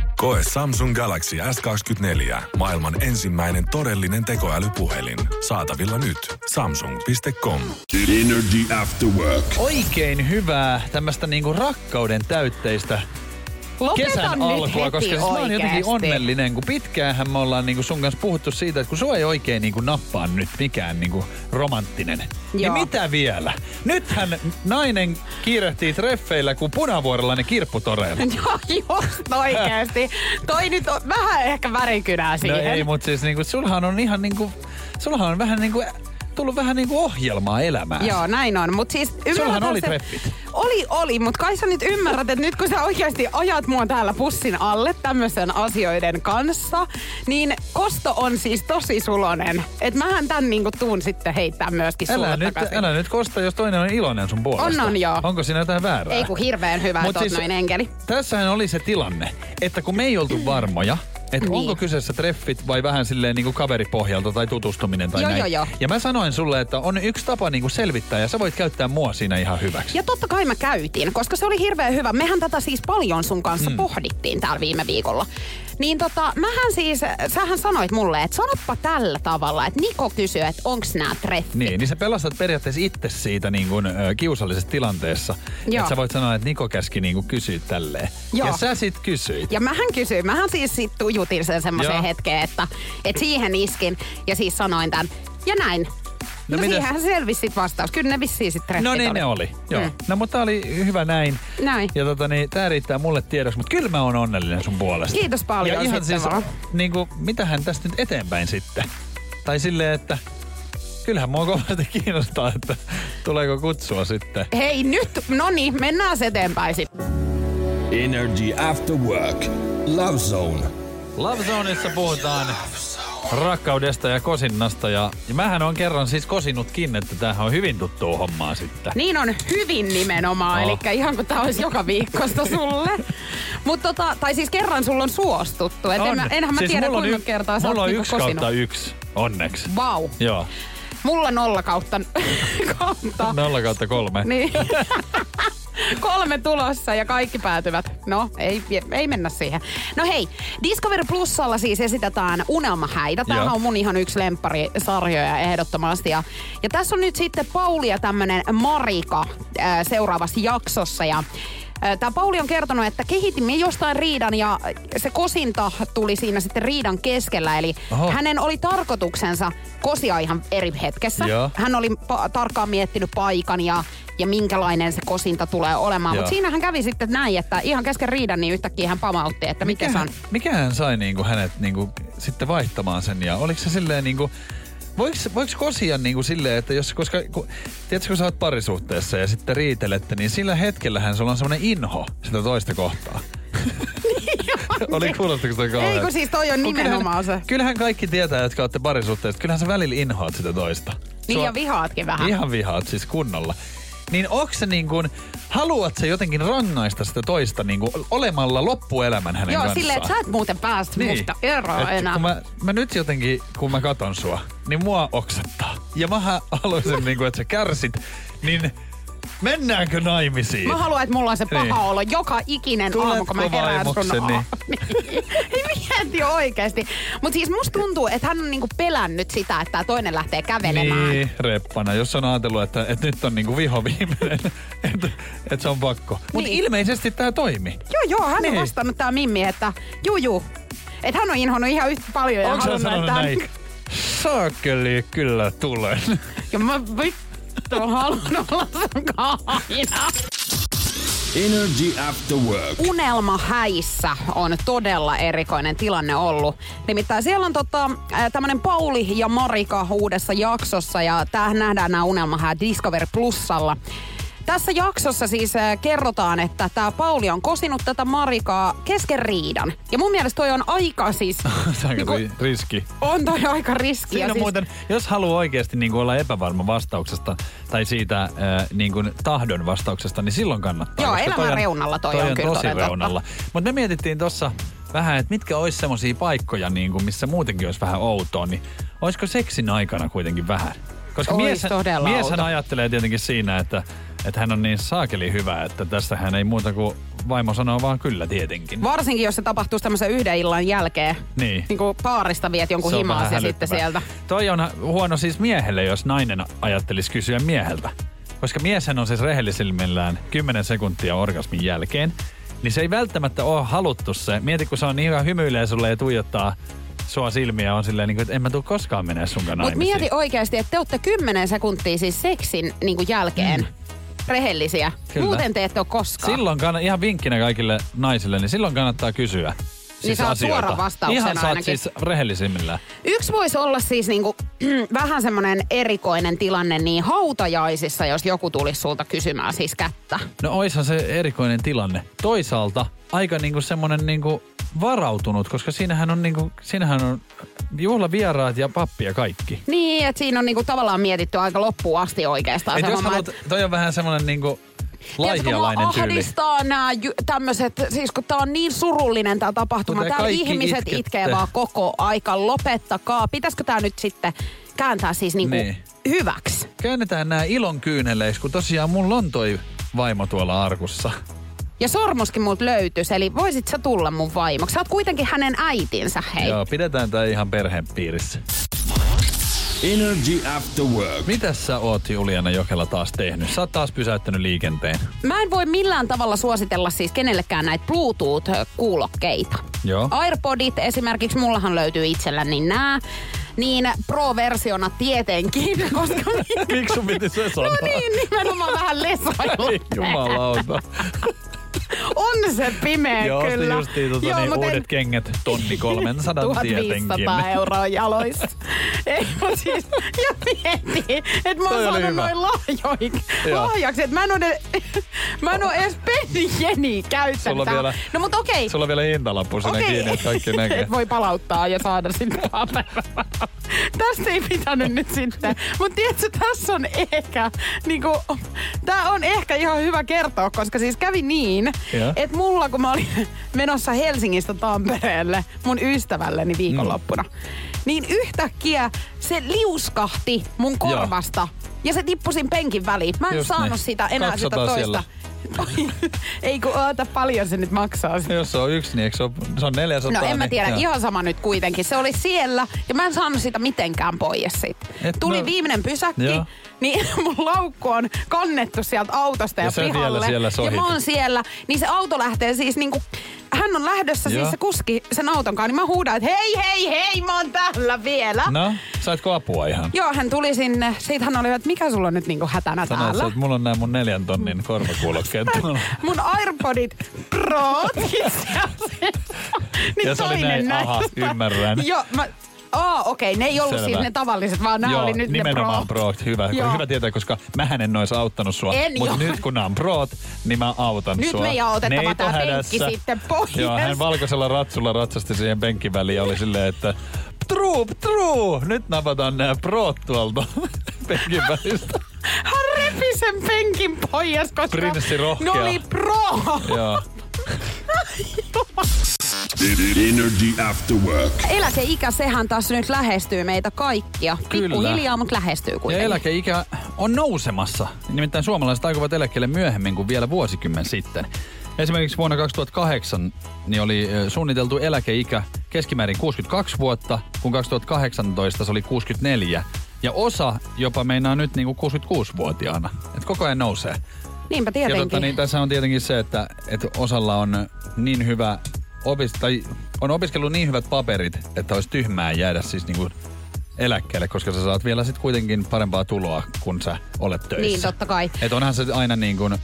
Speaker 4: Koe Samsung Galaxy S24. Maailman ensimmäinen todellinen tekoälypuhelin. Saatavilla nyt. Samsung.com.
Speaker 1: Energy After Work.
Speaker 3: Oikein hyvää tämmöistä niinku rakkauden täytteistä
Speaker 2: lopetan
Speaker 3: kesän
Speaker 2: nyt
Speaker 3: alkua,
Speaker 2: heti
Speaker 3: koska siis mä oon jotenkin
Speaker 2: oikeesti.
Speaker 3: onnellinen, kun pitkäänhän me ollaan niinku sun kanssa puhuttu siitä, että kun sua ei oikein niinku nappaa nyt mikään niinku romanttinen. Niin
Speaker 2: Joo.
Speaker 3: mitä vielä? Nythän nainen kiirehtii treffeillä kuin punavuorella ne kirpputoreilla.
Speaker 2: <laughs>
Speaker 3: No
Speaker 2: Joo, just oikeesti. Toi nyt on vähän ehkä värikynää
Speaker 3: No
Speaker 2: siihen.
Speaker 3: ei, mutta siis niinku, sulhan on ihan niinku, sulhan on vähän niinku, tullut vähän niinku ohjelmaa elämään.
Speaker 2: Joo, näin on. Mutta siis ymmärrät
Speaker 3: oli
Speaker 2: se-
Speaker 3: treffit.
Speaker 2: Oli, oli, mutta kai sä nyt ymmärrät, että nyt kun sä oikeasti ajat mua täällä pussin alle tämmöisen asioiden kanssa, niin kosto on siis tosi sulonen. Et mähän tän niinku tuun sitten heittää myöskin
Speaker 3: Älä
Speaker 2: sulle
Speaker 3: nyt,
Speaker 2: takaisin.
Speaker 3: älä nyt kosta, jos toinen on iloinen sun puolesta.
Speaker 2: On, on, joo.
Speaker 3: Onko siinä jotain väärää?
Speaker 2: Ei kun hirveän hyvä,
Speaker 3: Mut
Speaker 2: että siis... noin enkeli.
Speaker 3: Tässähän oli se tilanne, että kun me ei oltu varmoja, että niin.
Speaker 2: Niin.
Speaker 3: onko kyseessä treffit vai vähän silleen niin kuin kaveripohjalta tai tutustuminen tai
Speaker 2: Joo,
Speaker 3: näin.
Speaker 2: joo, joo.
Speaker 3: Ja mä sanoin sulle, että on yksi tapa niin kuin selvittää ja sä voit käyttää mua siinä ihan hyväksi.
Speaker 2: Ja totta kai mä käytiin, koska se oli hirveän hyvä. Mehän tätä siis paljon sun kanssa mm. pohdittiin täällä viime viikolla. Niin tota, mähän siis, äh, sähän sanoit mulle, että sanoppa tällä tavalla, että Niko kysyy, että onks nää treffit.
Speaker 3: Niin, niin sä pelastat periaatteessa itse siitä niin kuin, ö, kiusallisessa tilanteessa.
Speaker 2: Joo.
Speaker 3: Että sä voit sanoa, että Niko käski niin kuin kysyä tälleen.
Speaker 2: Joo.
Speaker 3: Ja sä sit kysyit.
Speaker 2: Ja mähän kysyin, mähän siis sit tujutin sen
Speaker 3: Joo.
Speaker 2: semmoiseen hetkeen, että, että siihen iskin ja siis sanoin tämän. Ja näin.
Speaker 3: No
Speaker 2: No, no
Speaker 3: mitäs-
Speaker 2: siihenhän selvisi sit vastaus. Kyllä ne vissiin sit treffit
Speaker 3: No niin,
Speaker 2: oli.
Speaker 3: ne oli. Joo.
Speaker 2: Mm.
Speaker 3: No mutta tää oli hyvä näin.
Speaker 2: Näin.
Speaker 3: Ja tota niin, tää riittää mulle tiedoksi, mutta kyllä mä oon onnellinen sun puolesta.
Speaker 2: Kiitos paljon
Speaker 3: Ja ihan
Speaker 2: sitten
Speaker 3: siis,
Speaker 2: vaan.
Speaker 3: niin kuin, mitähän tästä nyt eteenpäin sitten? Tai silleen, että kyllähän mua kovasti kiinnostaa, että tuleeko kutsua sitten.
Speaker 2: Hei nyt, no niin, mennään eteenpäin sit.
Speaker 1: Energy After Work. Love Zone.
Speaker 3: Love Zoneissa puhutaan rakkaudesta ja kosinnasta. Ja, ja mähän on kerran siis kosinnutkin, että tämähän on hyvin tuttua hommaa sitten.
Speaker 2: Niin on hyvin nimenomaan,
Speaker 3: Oh.
Speaker 2: oh. eli ihan kuin tämä olisi joka viikkosta sulle. Mut tota, tai siis kerran sulla on suostuttu, et en, mä- enhän mä
Speaker 3: Siis
Speaker 2: tiedä
Speaker 3: mulla on
Speaker 2: kuinka
Speaker 3: y-
Speaker 2: kertaa sä
Speaker 3: Mulla
Speaker 2: oot
Speaker 3: on
Speaker 2: niinku
Speaker 3: yksi
Speaker 2: kosinut.
Speaker 3: kautta yksi, onneksi.
Speaker 2: Vau, wow.
Speaker 3: Joo,
Speaker 2: mulla nolla kautta, <laughs> kautta.
Speaker 3: nolla kautta kolme.
Speaker 2: Niin. <laughs> Kolme tulossa ja kaikki päätyvät. No, ei, ei mennä siihen. No hei, Discovery Plusalla siis esitetään Unelmahäitä. Tämä
Speaker 3: Joo.
Speaker 2: on mun ihan yksi lempparisarjoja ehdottomasti. Ja, ja tässä on nyt sitten Pauli ja tämmönen Marika ää, seuraavassa jaksossa. Ja Tämä Pauli on kertonut, että kehitimme jostain riidan ja se kosinta tuli siinä sitten riidan keskellä. Eli
Speaker 3: Oho.
Speaker 2: hänen oli tarkoituksensa kosia ihan eri hetkessä.
Speaker 3: Joo.
Speaker 2: Hän oli pa- tarkkaan miettinyt paikan ja, ja minkälainen se kosinta tulee olemaan.
Speaker 3: Joo.
Speaker 2: Mutta siinähän kävi sitten näin, että ihan kesken riidan niin yhtäkkiä hän pamautti, että mikä se on.
Speaker 3: mikä hän sai niinku hänet niinku sitten vaihtamaan sen ja oliko se silleen niinku, voiko, voiko kosia niinku silleen, että jos, koska kun, tiedätkö kun sä oot parisuhteessa ja sitten riitelette, niin sillä hetkellähän sulla on semmoinen inho sitä toista
Speaker 2: <laughs>
Speaker 3: kohtaa. Oli kuulostako sitä kauhean?
Speaker 2: Ei kun siis toi on nimenomaan se.
Speaker 3: kyllähän, kyllähän kaikki tietää, jotka olette parisuhteessa, kyllähän sä välillä inhoat sitä toista.
Speaker 2: Niin
Speaker 3: Sua-
Speaker 2: ja vihaatkin vähän.
Speaker 3: Ihan vihaat siis kunnolla. Niin onko se niin kuin, haluat sä jotenkin rangaista sitä toista niin kuin olemalla loppuelämän hänen
Speaker 2: Joo,
Speaker 3: kanssaan?
Speaker 2: silleen, että sä et muuten päästä niin. musta eroon
Speaker 3: Et
Speaker 2: enää.
Speaker 3: Kun mä, mä, nyt jotenkin, kun mä katon sua, niin mua oksattaa. Ja mä haluaisin, niin kuin, että sä kärsit, niin mennäänkö naimisiin?
Speaker 2: Mä haluan, että mulla on se paha
Speaker 3: Niin.
Speaker 2: niin. olo joka ikinen
Speaker 3: Tuletko
Speaker 2: aamu, kun mä herään sun
Speaker 3: vaimokseni?
Speaker 2: <laughs> Niin. Mieti oikeesti. Mutta siis musta tuntuu, että hän on niinku pelännyt sitä, että tää toinen lähtee kävelemään.
Speaker 3: Niin, reppana, jos on ajatellut, että, että nyt on niinku viho viimeinen, <laughs> että, että se on pakko. Mutta
Speaker 2: Niin.
Speaker 3: ilmeisesti tämä toimi.
Speaker 2: Joo, joo, hän
Speaker 3: Niin.
Speaker 2: on vastannut tää Mimmi, että juu, juu. Että hän on inhonnut ihan yhtä paljon ja
Speaker 3: Onko sä
Speaker 2: halunnut,
Speaker 3: sanonut
Speaker 2: että hän...
Speaker 3: näin? Saakeli, kyllä tulen.
Speaker 2: Ja mä vittu haluan olla sun kaina.
Speaker 1: Energy After Work.
Speaker 2: Unelmahäissä on todella erikoinen tilanne ollut. Nimittäin siellä on tota, äh, tämmönen Pauli ja Marika uudessa jaksossa ja tämähän nähdään nämä unelmahäät Discover Plusalla. Tässä jaksossa siis äh, kerrotaan, että tämä Pauli on kosinut tätä Marikaa kesken riidan. Ja mun mielestä toi on aika <laughs>
Speaker 3: <laughs>
Speaker 2: siis...
Speaker 3: Saanko
Speaker 2: niinku-
Speaker 3: ri- riski?
Speaker 2: on toi aika riski.
Speaker 3: Siinä
Speaker 2: ja
Speaker 3: siis...
Speaker 2: siis,
Speaker 3: muuten, jos haluaa oikeasti niin olla epävarma vastauksesta tai siitä äh, niin kuin tahdon vastauksesta, niin silloin kannattaa.
Speaker 2: Joo,
Speaker 3: koska
Speaker 2: elämän
Speaker 3: toi on-
Speaker 2: reunalla toi on kyllä
Speaker 3: tosi
Speaker 2: toden totta.
Speaker 3: reunalla. Mutta me mietittiin tuossa vähän, että mitkä olisi semmoisia paikkoja, niin kuin, missä muutenkin olisi vähän outoa, niin olisiko seksin aikana kuitenkin vähän? Koska
Speaker 2: Ois
Speaker 3: mieshän,
Speaker 2: todella
Speaker 3: mieshän
Speaker 2: outo.
Speaker 3: ajattelee tietenkin siinä, että, että hän on niin saakeli hyvä, että tästä hän ei muuta kuin vaimo sanoo vaan kyllä tietenkin.
Speaker 2: Varsinkin, jos se tapahtuisi tämmöisen yhden illan jälkeen.
Speaker 3: Niin.
Speaker 2: Niin kuin paarista viet jonkun
Speaker 3: Se on
Speaker 2: himaas
Speaker 3: vähän
Speaker 2: ja sitten
Speaker 3: hälyttävää.
Speaker 2: sieltä.
Speaker 3: Toi on huono siis miehelle, jos nainen ajattelisi kysyä mieheltä. Koska mieshän on siis rehellisilmillään 10 sekuntia orgasmin jälkeen, niin se ei välttämättä ole haluttu se. Mieti, kun se on niin hyvä hymyilee sulle ja tuijottaa sua silmiä ja on silleen, niin kuin, että en mä tuu koskaan menee sunkaan
Speaker 2: Mutta
Speaker 3: naimisiin.
Speaker 2: mieti oikeasti, että te olette 10 sekuntia siis seksin niin kuin jälkeen rehellisiä.
Speaker 3: Mm. Kyllä.
Speaker 2: Muuten te ette ole koskaan.
Speaker 3: Silloin kann- ihan vinkkinä kaikille naisille, niin silloin kannattaa kysyä. Siis
Speaker 2: saat
Speaker 3: asioita.
Speaker 2: Niin suoran vastauksen
Speaker 3: Ihan saat
Speaker 2: ainakin.
Speaker 3: siis rehellisimmillään.
Speaker 2: Yksi voisi olla siis niinku, <clears throat> vähän semmoinen erikoinen tilanne niin hautajaisissa, jos joku tulisi sulta kysymään siis kättä.
Speaker 3: No oishan se erikoinen tilanne. Toisaalta aika niinku semmonen niinku varautunut, koska siinähän on niinku, siinähän on juhlavieraat ja pappi ja kaikki.
Speaker 2: Niin, että siinä on niinku tavallaan mietitty aika loppuun asti oikeastaan.
Speaker 3: Et
Speaker 2: se
Speaker 3: jos
Speaker 2: homma,
Speaker 3: haluat,
Speaker 2: et-
Speaker 3: toi on vähän semmonen niinku
Speaker 2: Tiedätkö, kun mua
Speaker 3: laihialainen tyyli.
Speaker 2: ahdistaa nämä ju- tämmöiset, siis kun tää on niin surullinen tää tapahtuma.
Speaker 3: Kun te
Speaker 2: Täällä
Speaker 3: kaikki
Speaker 2: ihmiset
Speaker 3: itkette.
Speaker 2: itkee vaan koko aika. Lopettakaa. Pitäisikö tää nyt sitten kääntää siis niinku
Speaker 3: Niin.
Speaker 2: hyväksi?
Speaker 3: Käännetään nämä ilon kyyneleiksi, kun tosiaan mulla on toi vaimo tuolla arkussa.
Speaker 2: Ja sormuskin multa löytys, eli voisit sä tulla mun vaimoksi. Sä oot kuitenkin hänen äitinsä, hei.
Speaker 3: Joo, pidetään tää ihan perheen piirissä.
Speaker 1: Energy After Work.
Speaker 3: Mitäs sä oot Juliana Jokela taas tehnyt? Sä oot taas pysäyttänyt liikenteen.
Speaker 2: Mä en voi millään tavalla suositella siis kenellekään näitä Bluetooth-kuulokkeita.
Speaker 3: Joo.
Speaker 2: Airpodit esimerkiksi, mullahan löytyy itsellä, niin nää. Niin pro-versiona tietenkin, <laughs> koska...
Speaker 3: <laughs> Miksi
Speaker 2: niin,
Speaker 3: <laughs> sun piti se sanoa?
Speaker 2: No niin, nimenomaan vähän lesoilu.
Speaker 3: Jumalauta.
Speaker 2: On se pimeä
Speaker 3: Joo,
Speaker 2: kyllä.
Speaker 3: kyllä. justiin tota, Joo, niin,
Speaker 2: mut en-
Speaker 3: uudet kengät, tonni
Speaker 2: <laughs>
Speaker 3: 300 tietenkin.
Speaker 2: 1500 euroa
Speaker 3: <laughs>
Speaker 2: jaloissa. Ei, mut siis, ja mietin, että mä
Speaker 3: Toi
Speaker 2: oon
Speaker 3: oli
Speaker 2: saanut
Speaker 3: hyvä.
Speaker 2: noin lahjoik,
Speaker 3: Joo.
Speaker 2: lahjaksi. Että mä en oo, ne- mä en oo edes penni jeniä
Speaker 3: Sulla
Speaker 2: käyttänyt. tähän.
Speaker 3: vielä-
Speaker 2: no mut okei.
Speaker 3: Sulla on vielä hintalappu sinne
Speaker 2: Okei.
Speaker 3: kiinni, että
Speaker 2: <laughs>
Speaker 3: kaikki näkee.
Speaker 2: Et voi palauttaa ja saada sitten paperaa. <laughs> Tästä ei pitänyt nyt sitten. Mutta tiedätkö, tässä on ehkä, niinku, tää on ehkä ihan hyvä kertoa, koska siis kävi niin,
Speaker 3: Joo.
Speaker 2: että mulla kun mä olin menossa Helsingistä Tampereelle mun ystävälleni
Speaker 3: Mm.
Speaker 2: viikonloppuna, niin yhtäkkiä se liuskahti mun korvasta ja se tippusin penkin väliin. Mä en
Speaker 3: Just
Speaker 2: saanut
Speaker 3: niin.
Speaker 2: sitä enää sitä
Speaker 3: 200 siellä.
Speaker 2: toista. <laughs> ei kun oota paljon se nyt maksaa sitä.
Speaker 3: No Jos se on yksi, niin eikö se, on, se on 400?
Speaker 2: No en mä
Speaker 3: niin,
Speaker 2: tiedä,
Speaker 3: joo.
Speaker 2: ihan sama nyt kuitenkin. Se oli siellä ja mä en saanut sitä mitenkään pois sit.
Speaker 3: Et
Speaker 2: Tuli
Speaker 3: mä-
Speaker 2: viimeinen pysäkki,
Speaker 3: Joo.
Speaker 2: niin <laughs> mun laukku on kannettu sieltä autosta ja,
Speaker 3: Ja sä vielä
Speaker 2: pihalle.
Speaker 3: siellä
Speaker 2: ja
Speaker 3: sohit.
Speaker 2: mä oon siellä, niin se auto lähtee siis niinku, hän on lähdössä
Speaker 3: Joo.
Speaker 2: siis se kuski sen auton kanssa, niin mä huudan, että hei, hei, hei, mä oon täällä vielä.
Speaker 3: No, saitko apua ihan?
Speaker 2: Joo, hän tuli sinne. Siitä hän oli, että mikä sulla on nyt niinku hätänä
Speaker 3: Sanoit, sä,
Speaker 2: täällä?
Speaker 3: että mulla on nämä mun neljän tonnin korvakuulokkeet tuolla.
Speaker 2: Mun Airpodit Prot itse asiassa. Niin
Speaker 3: Ja se oli
Speaker 2: toinen
Speaker 3: näin, aha,
Speaker 2: näistä.
Speaker 3: ymmärrän.
Speaker 2: Joo, mä... Aa, okei, ne ei ollut
Speaker 3: Selvä.
Speaker 2: siis ne tavalliset, vaan nämä
Speaker 3: Joo,
Speaker 2: oli nyt
Speaker 3: nimenomaan
Speaker 2: ne Prot.
Speaker 3: proot. Hyvä,
Speaker 2: Joo.
Speaker 3: hyvä tietää, koska mähän en nois auttanut sua.
Speaker 2: En
Speaker 3: Mutta
Speaker 2: joo.
Speaker 3: nyt kun nämä on proot, niin mä autan
Speaker 2: Nyt
Speaker 3: sua.
Speaker 2: meidän on otettava
Speaker 3: Neito
Speaker 2: tää penkki
Speaker 3: hädässä.
Speaker 2: sitten pois.
Speaker 3: Joo, hän valkoisella ratsulla ratsasti siihen penkin väliin ja oli silleen, että true, true, nyt napataan nämä proot tuolta <laughs> penkin välistä.
Speaker 2: Hän repi sen penkin pois, koska
Speaker 3: Prinssi rohkea.
Speaker 2: ne oli Pro.
Speaker 3: Joo.
Speaker 1: Energy After Work.
Speaker 2: Eläkeikä, sehän taas nyt lähestyy meitä kaikkia.
Speaker 3: Kyllä.
Speaker 2: Pikkuhiljaa, mutta lähestyy
Speaker 3: Ja
Speaker 2: kuitenkin.
Speaker 3: eläkeikä on nousemassa. Nimittäin suomalaiset aikuvat eläkkeelle myöhemmin kuin vielä vuosikymmen sitten. Esimerkiksi vuonna 2008 niin oli ö, suunniteltu eläkeikä keskimäärin 62 vuotta, kun 2018 se oli 64. Ja osa jopa meinaa nyt niin kuin 66-vuotiaana. Et koko ajan nousee.
Speaker 2: Niinpä
Speaker 3: Ja
Speaker 2: tietenkin.
Speaker 3: totta, niin tässä on tietenkin se, että, että osalla on niin hyvä opis, tai on opiskellut niin hyvät paperit, että olisi tyhmää jäädä siis niinku eläkkeelle, koska sä saat vielä sit kuitenkin parempaa tuloa, kun sä olet töissä.
Speaker 2: Niin, totta kai.
Speaker 3: Et onhan se aina niin kuin,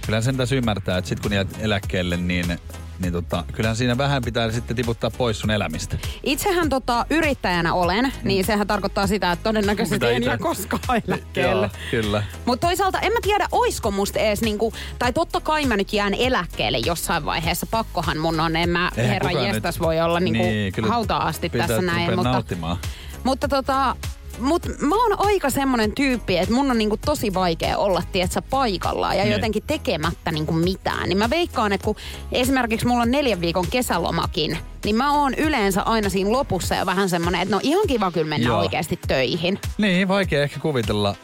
Speaker 3: kyllähän sen tässä ymmärtää, että sit kun jäät eläkkeelle, niin, niin tota, kyllähän siinä vähän pitää sitten tiputtaa pois sun elämistä.
Speaker 2: Itsehän tota, yrittäjänä olen, niin sehän tarkoittaa sitä, että
Speaker 3: Mm.
Speaker 2: todennäköisesti
Speaker 3: Mitä
Speaker 2: en
Speaker 3: itse-
Speaker 2: jää koskaan eläkkeelle.
Speaker 3: Joo, kyllä.
Speaker 2: Mutta toisaalta en mä tiedä, oisko musta ees niinku, tai totta kai mä nyt jään eläkkeelle jossain vaiheessa. Pakkohan mun on, en mä
Speaker 3: Eihän
Speaker 2: herra
Speaker 3: kukaan
Speaker 2: jestas
Speaker 3: nyt-
Speaker 2: voi olla niinku
Speaker 3: Niin, kyllä
Speaker 2: hautaa asti
Speaker 3: pitää
Speaker 2: tässä näin.
Speaker 3: rupea
Speaker 2: Mutta,
Speaker 3: nauttimaan.
Speaker 2: mutta tota, mut mä oon aika semmonen tyyppi, että mun on niinku tosi vaikea olla, tietsä, paikallaan ja
Speaker 3: Niin.
Speaker 2: jotenkin tekemättä niinku mitään. Niin mä veikkaan, että kun esimerkiksi mulla on neljän viikon kesälomakin, niin mä oon yleensä aina siinä lopussa ja vähän semmonen, että no ihan kiva kyllä mennä
Speaker 3: Joo.
Speaker 2: oikeasti töihin.
Speaker 3: Niin, vaikea ehkä kuvitella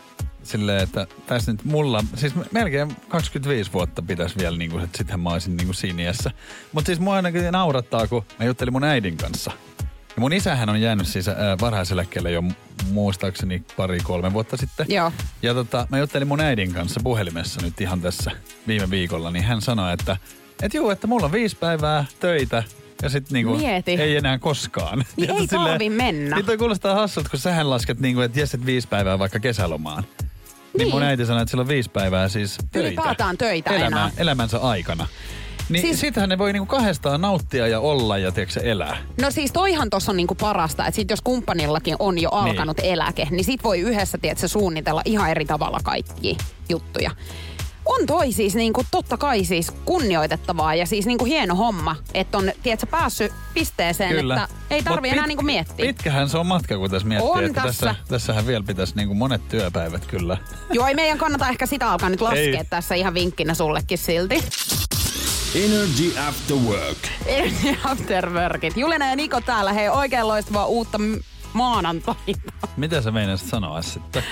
Speaker 3: silleen, että tässä nyt mulla, siis melkein 25 vuotta pitäisi vielä, niin kuin, että sitten mä olisin niin kuin siniässä. Mutta siis mua ainakin naurattaa, kun mä juttelin mun äidin kanssa. Ja mun isähän on jäänyt siis äh, varhaiseläkkeelle jo mu- muistaakseni pari-kolme vuotta sitten.
Speaker 2: Joo.
Speaker 3: Ja tota, mä juttelin mun äidin kanssa puhelimessa nyt ihan tässä viime viikolla, niin hän sanoi, että et juu, että mulla on viisi päivää töitä ja sitten niinku
Speaker 2: Mieti.
Speaker 3: ei enää koskaan.
Speaker 2: Niin ei
Speaker 3: Silleen-
Speaker 2: tarvi mennä.
Speaker 3: Niin toi kuulostaa hassulta, kun sähän lasket niinku, että jes, et viisi päivää vaikka kesälomaan. Niin. niin mun äiti sanoi, että sillä on viisi päivää siis töitä.
Speaker 2: Ylipäätään töitä enää.
Speaker 3: Elämänsä aikana. Niin
Speaker 2: Siis-
Speaker 3: siis... sitähän ne voi niinku kahdestaan nauttia ja olla ja tiedätkö, elää.
Speaker 2: No siis toihan tuossa on niinku parasta, että sit jos kumppanillakin on jo alkanut niin. eläke, niin sit voi yhdessä tiedätkö, suunnitella ihan eri tavalla kaikki juttuja. On toi siis niinku, totta kai siis kunnioitettavaa ja siis niinku hieno homma, että on tiedätkö, päässyt pisteeseen,
Speaker 3: Kyllä.
Speaker 2: että ei
Speaker 3: Mut
Speaker 2: tarvi enää niinku miettiä.
Speaker 3: Pitkähän se on matka, kun tässä miettii,
Speaker 2: On
Speaker 3: että
Speaker 2: tässä.
Speaker 3: tässä. tässähän vielä pitäisi niinku monet työpäivät kyllä.
Speaker 2: Joo, ei meidän kannata ehkä sitä alkaa nyt laskea
Speaker 3: Ei.
Speaker 2: tässä ihan vinkkinä sullekin silti.
Speaker 1: Energy After Work.
Speaker 2: Energy After Workit. Julena ja Niko täällä, hei oikein loistavaa uutta m- maanantaita.
Speaker 3: Mitä sä meinasit sanoa
Speaker 2: <laughs>
Speaker 3: sitten?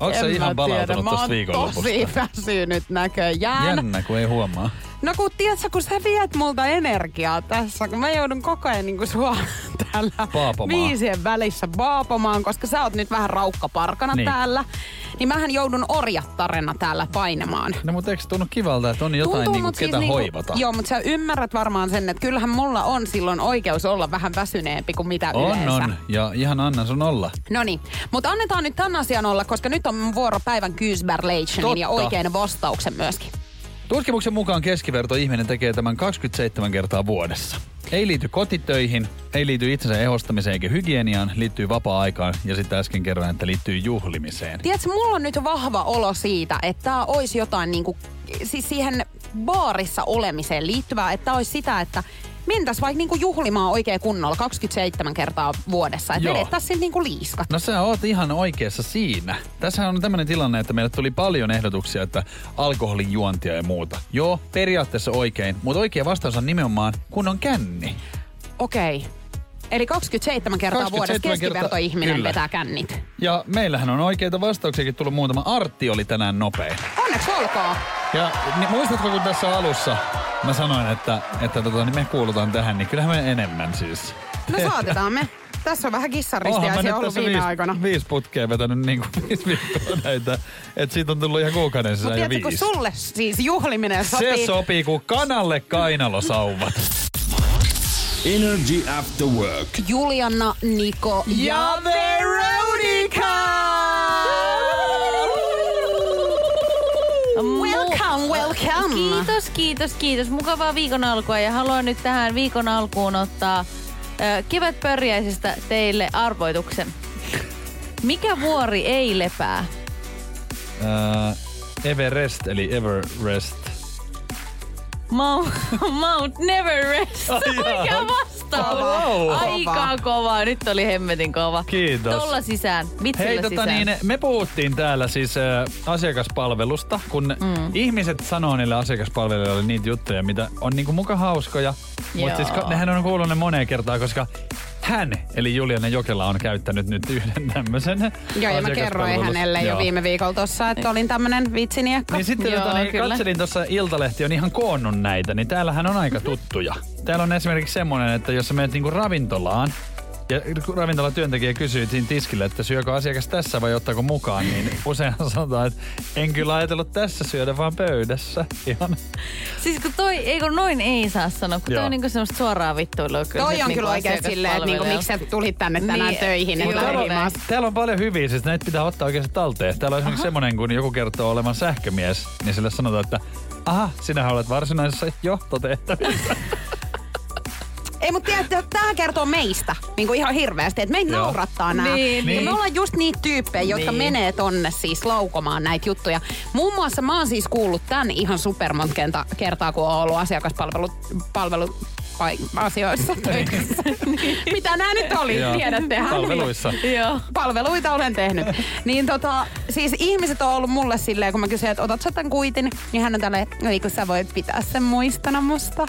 Speaker 3: Onko
Speaker 2: En
Speaker 3: se
Speaker 2: mä
Speaker 3: ihan
Speaker 2: tiedä,
Speaker 3: palautunut
Speaker 2: mä
Speaker 3: tuosta
Speaker 2: oon
Speaker 3: viikonlopusta?
Speaker 2: tosi väsynyt näköjään.
Speaker 3: Jännä, kun ei huomaa.
Speaker 2: No kun tiedätkö, kun sä viet multa energiaa tässä, kun mä joudun koko ajan niin sua <laughs> täällä
Speaker 3: Paapomaan.
Speaker 2: viisien välissä baapomaan, koska sä oot nyt vähän raukkaparkana
Speaker 3: Niin.
Speaker 2: täällä. Niin mähän joudun orjattarena täällä painemaan.
Speaker 3: No mutta eikö se tunnu kivalta, että on jotain niinku,
Speaker 2: mut
Speaker 3: ketä siis hoivata?
Speaker 2: Joo, mutta sä ymmärrät varmaan sen, että kyllähän mulla on silloin oikeus olla vähän väsyneempi kuin mitä
Speaker 3: on,
Speaker 2: yleensä.
Speaker 3: on. Ja ihan anna sun olla.
Speaker 2: No niin, mutta annetaan nyt tämän asian olla, koska nyt on mun vuoro päivän kyysberlationin ja
Speaker 3: Totta.
Speaker 2: oikein vastauksen myöskin.
Speaker 3: Tutkimuksen mukaan keskiverto ihminen tekee tämän 27 kertaa vuodessa. Ei liity kotitöihin, ei liity itsensä ehostamiseen eikä hygieniaan, liittyy vapaa-aikaan ja sitten äsken kerroin, että liittyy juhlimiseen.
Speaker 2: Tiedätkö, mulla on nyt vahva olo siitä, että tämä olisi jotain niinku, siis siihen baarissa olemiseen liittyvää, että olisi sitä, että mentäs vaikka niinku juhlimaan oikein kunnolla 27 kertaa vuodessa. Että
Speaker 3: Joo.
Speaker 2: vedettäisiin sillä niinku liiskat.
Speaker 3: No sä oot ihan oikeassa siinä. Tässä on tämmöinen tilanne, että meille tuli paljon ehdotuksia, että alkoholin juontia ja muuta. Joo, periaatteessa oikein, mutta oikea vastaus on nimenomaan, kun on känni.
Speaker 2: Okei. Eli 27 kertaa
Speaker 3: 27
Speaker 2: vuodessa
Speaker 3: kertaa-
Speaker 2: keskiverto ihminen
Speaker 3: kyllä.
Speaker 2: vetää kännit.
Speaker 3: Ja meillähän on oikeita vastauksiakin tullut muutama. Artti oli tänään nopein.
Speaker 2: Onneksi olkoon.
Speaker 3: Ja niin muistatko, kun tässä alussa mä sanoin, että, että tota, niin me kuulutaan tähän, niin kyllähän me enemmän siis.
Speaker 2: No saatetaan me. Tässä on vähän
Speaker 3: mä
Speaker 2: kissaristiäisiä ollut
Speaker 3: tässä
Speaker 2: viime aikoina.
Speaker 3: viisi putkea vetänyt niin kuin <laughs> viisi viikkoa näitä. Että siitä on tullut ihan kuukauden
Speaker 2: Mutta
Speaker 3: sisään ja
Speaker 2: tiedätkö, kun
Speaker 3: viisi.
Speaker 2: sulle siis juhliminen
Speaker 3: Se
Speaker 2: sopii.
Speaker 3: sopii kuin kanalle kainalosauvat.
Speaker 1: Energy After Work.
Speaker 2: Juliana, Niko <laughs> ja Veronica! Welcome, welcome!
Speaker 5: Kiitos, kiitos, kiitos. Mukavaa viikon alkua ja haluan nyt tähän viikon alkuun ottaa ö, kevätpörjäisestä teille arvoituksen. Mikä vuori ei lepää?
Speaker 3: Äh, Everest, eli Everest.
Speaker 5: Mount, <laughs> Mount Neverest. Mikä vastaus?
Speaker 3: Wow.
Speaker 5: Aika kova. Nyt oli hemmetin kova.
Speaker 3: Kiitos.
Speaker 5: Tolla sisään. Vitsillä
Speaker 3: Hei, tota
Speaker 5: sisään.
Speaker 3: niin, me puhuttiin täällä siis ä, asiakaspalvelusta, kun mm. ihmiset sanoo niille asiakaspalvelijoille niitä juttuja, mitä on niinku muka hauskoja, mutta
Speaker 5: Joo.
Speaker 3: siis ka- nehän on kuullut ne moneen kertaan, koska hän, eli Julianne Jokela, on käyttänyt nyt yhden tämmöisen
Speaker 2: Joo, ja mä kerroin hänelle jo viime viikolla tossa, että olin tämmönen vitsiniekka.
Speaker 3: Niin sitten
Speaker 5: Joo,
Speaker 3: tota, niin
Speaker 5: kyllä.
Speaker 3: katselin tuossa Iltalehti on ihan koonnut näitä, niin täällähän on aika tuttuja. Täällä on esimerkiksi semmoinen, että jos sä menet niinku ravintolaan, ja kun ravintolatyöntekijä kysyy siinä tiskille, että syökö asiakas tässä vai ottaako mukaan, niin useinhan <laughs> sanotaan, että en kyllä ajatellut tässä syödä, vaan pöydässä. Ihan.
Speaker 5: Siis kun toi, ei kun noin ei saa sanoa, kun
Speaker 3: Joo.
Speaker 5: toi on niinku semmoista suoraa vittuilua. Kyllä
Speaker 2: Toi
Speaker 5: nyt
Speaker 2: on
Speaker 5: niinku
Speaker 2: kyllä oikein silleen, että niinku, miksi
Speaker 5: asiakaspalvelijalta.
Speaker 2: sä tulit tänne tänään
Speaker 5: Niin,
Speaker 2: töihin,
Speaker 5: mut
Speaker 2: että
Speaker 5: täällä on-
Speaker 2: lähimaassa.
Speaker 3: Täällä on paljon hyviä, siis näitä pitää ottaa oikeasti talteen. Täällä on esimerkiksi semmoinen, kun joku kertoo olevan sähkömies, niin sille sanotaan, että aha, sinähän olet varsinaisessa johtotehtävissä.
Speaker 2: Ei, mutta tiedätkö, tämä kertoo meistä niin kuin ihan hirveästi, että meitä
Speaker 3: Joo.
Speaker 2: naurattaa nämä.
Speaker 5: Niin,
Speaker 3: niin.
Speaker 2: Me ollaan just niitä tyyppejä, jotka
Speaker 5: Niin.
Speaker 2: menee tonne siis laukomaan näitä juttuja. Muun muassa mä oon siis kuullut tämän ihan supermonta kenta- kertaa, kun oon ollut asiakaspalvelu... Palvelu, vai
Speaker 3: <laughs>
Speaker 2: asioissa töissä. Mitä nämä nyt oli,
Speaker 3: Niin. Joo.
Speaker 2: tiedättehän.
Speaker 3: Palveluissa.
Speaker 5: Joo.
Speaker 2: Palveluita olen tehnyt. Niin tota, siis ihmiset on ollut mulle silleen, kun mä kysyn, että otat sä tämän kuitin, niin hän on tälleen, no ei kun sä voit pitää sen muistona musta.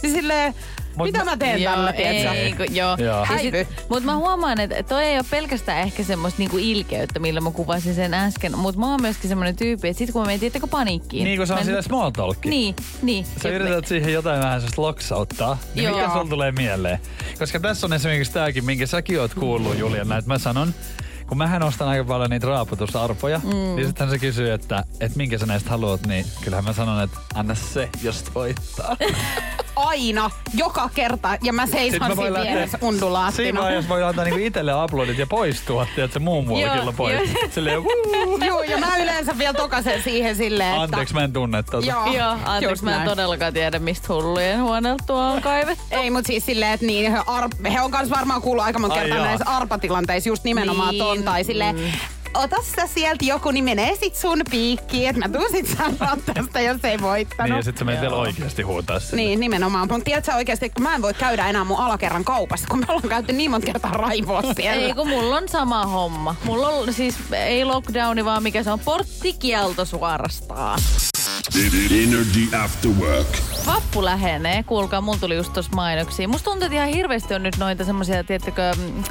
Speaker 2: Siis silleen,
Speaker 3: Mut
Speaker 2: mitä
Speaker 3: mä-
Speaker 2: mä teen tällä, tietsä?
Speaker 5: ei, kun, joo.
Speaker 3: Joo.
Speaker 2: Häivy.
Speaker 5: Mutta mä huomaan, että toi ei ole pelkästään ehkä semmoista niinku ilkeyttä, millä mä kuvasin sen äsken. Mutta mä oon myöskin semmoinen tyyppi, että sit kun mä menen tiettäkö paniikkiin.
Speaker 3: Niin kuin se on
Speaker 5: mä-
Speaker 3: sitä small talkia.
Speaker 5: Niin, niin.
Speaker 3: Sä
Speaker 5: Ja-
Speaker 3: yrität siihen jotain vähän sellaista loksauttaa. Niin
Speaker 5: Joo.
Speaker 3: mikä sulla tulee mieleen? Koska tässä on esimerkiksi tääkin, minkä säkin oot kuullut, Juliana, että mä sanon, kun mähän ostan aika paljon niitä raaputusarpoja, mm. niin sitten se kysyy, että, että minkä sä näistä haluat, niin kyllähän mä sanon, että anna se, jos voittaa.
Speaker 2: Aina, joka kerta. Ja mä seison siinä vieressä
Speaker 3: Siinä
Speaker 2: undulaattina.
Speaker 3: vaiheessa voi antaa niinku itselle aplodit ja poistua, tiedätkö, muun muovikilla
Speaker 5: Joo,
Speaker 3: pois.
Speaker 5: joo.
Speaker 3: Silleen, "Wuu."
Speaker 2: Joo, ja mä yleensä vielä tokasen siihen silleen, että...
Speaker 3: Anteeksi, mä en tunne tota. tätä.
Speaker 2: Joo.
Speaker 5: Joo,
Speaker 2: Just
Speaker 5: anteeksi, mä en
Speaker 2: näin.
Speaker 5: todellakaan tiedä, mistä hullujen huoneelta tuo on kaivettu.
Speaker 2: Ei, mutta siis silleen, että niin, he, arp- he on kans varmaan kuullut aika monta
Speaker 3: Ai
Speaker 2: kertaa
Speaker 3: jaa.
Speaker 2: näissä arpatilanteissa just nimenomaan
Speaker 5: Niin,
Speaker 2: ton, tai silleen, ota sä sieltä joku, niin menee sit sun piikkiin, että mä tuun sit sanoa tästä, jos ei
Speaker 3: Niin,
Speaker 2: voittanut.
Speaker 3: ja sit sä menet vielä oikeasti huutaa sinne.
Speaker 2: Niin, nimenomaan. Mutta tiedätkö oikeasti, kun mä en voi käydä enää mun alakerran kaupassa, kun me ollaan käyty niin monta kertaa raivoa siellä.
Speaker 5: Ei kun mulla on sama homma. Mulla on siis ei lockdowni, vaan mikä se on porttikielto suorastaan.
Speaker 1: Energy After Work.
Speaker 5: Vappu lähenee, kuulkaa, mulla tuli just tossa mainoksia. Musta tuntuu, että ihan hirveästi on nyt noita semmosia, tiettäkö, mm,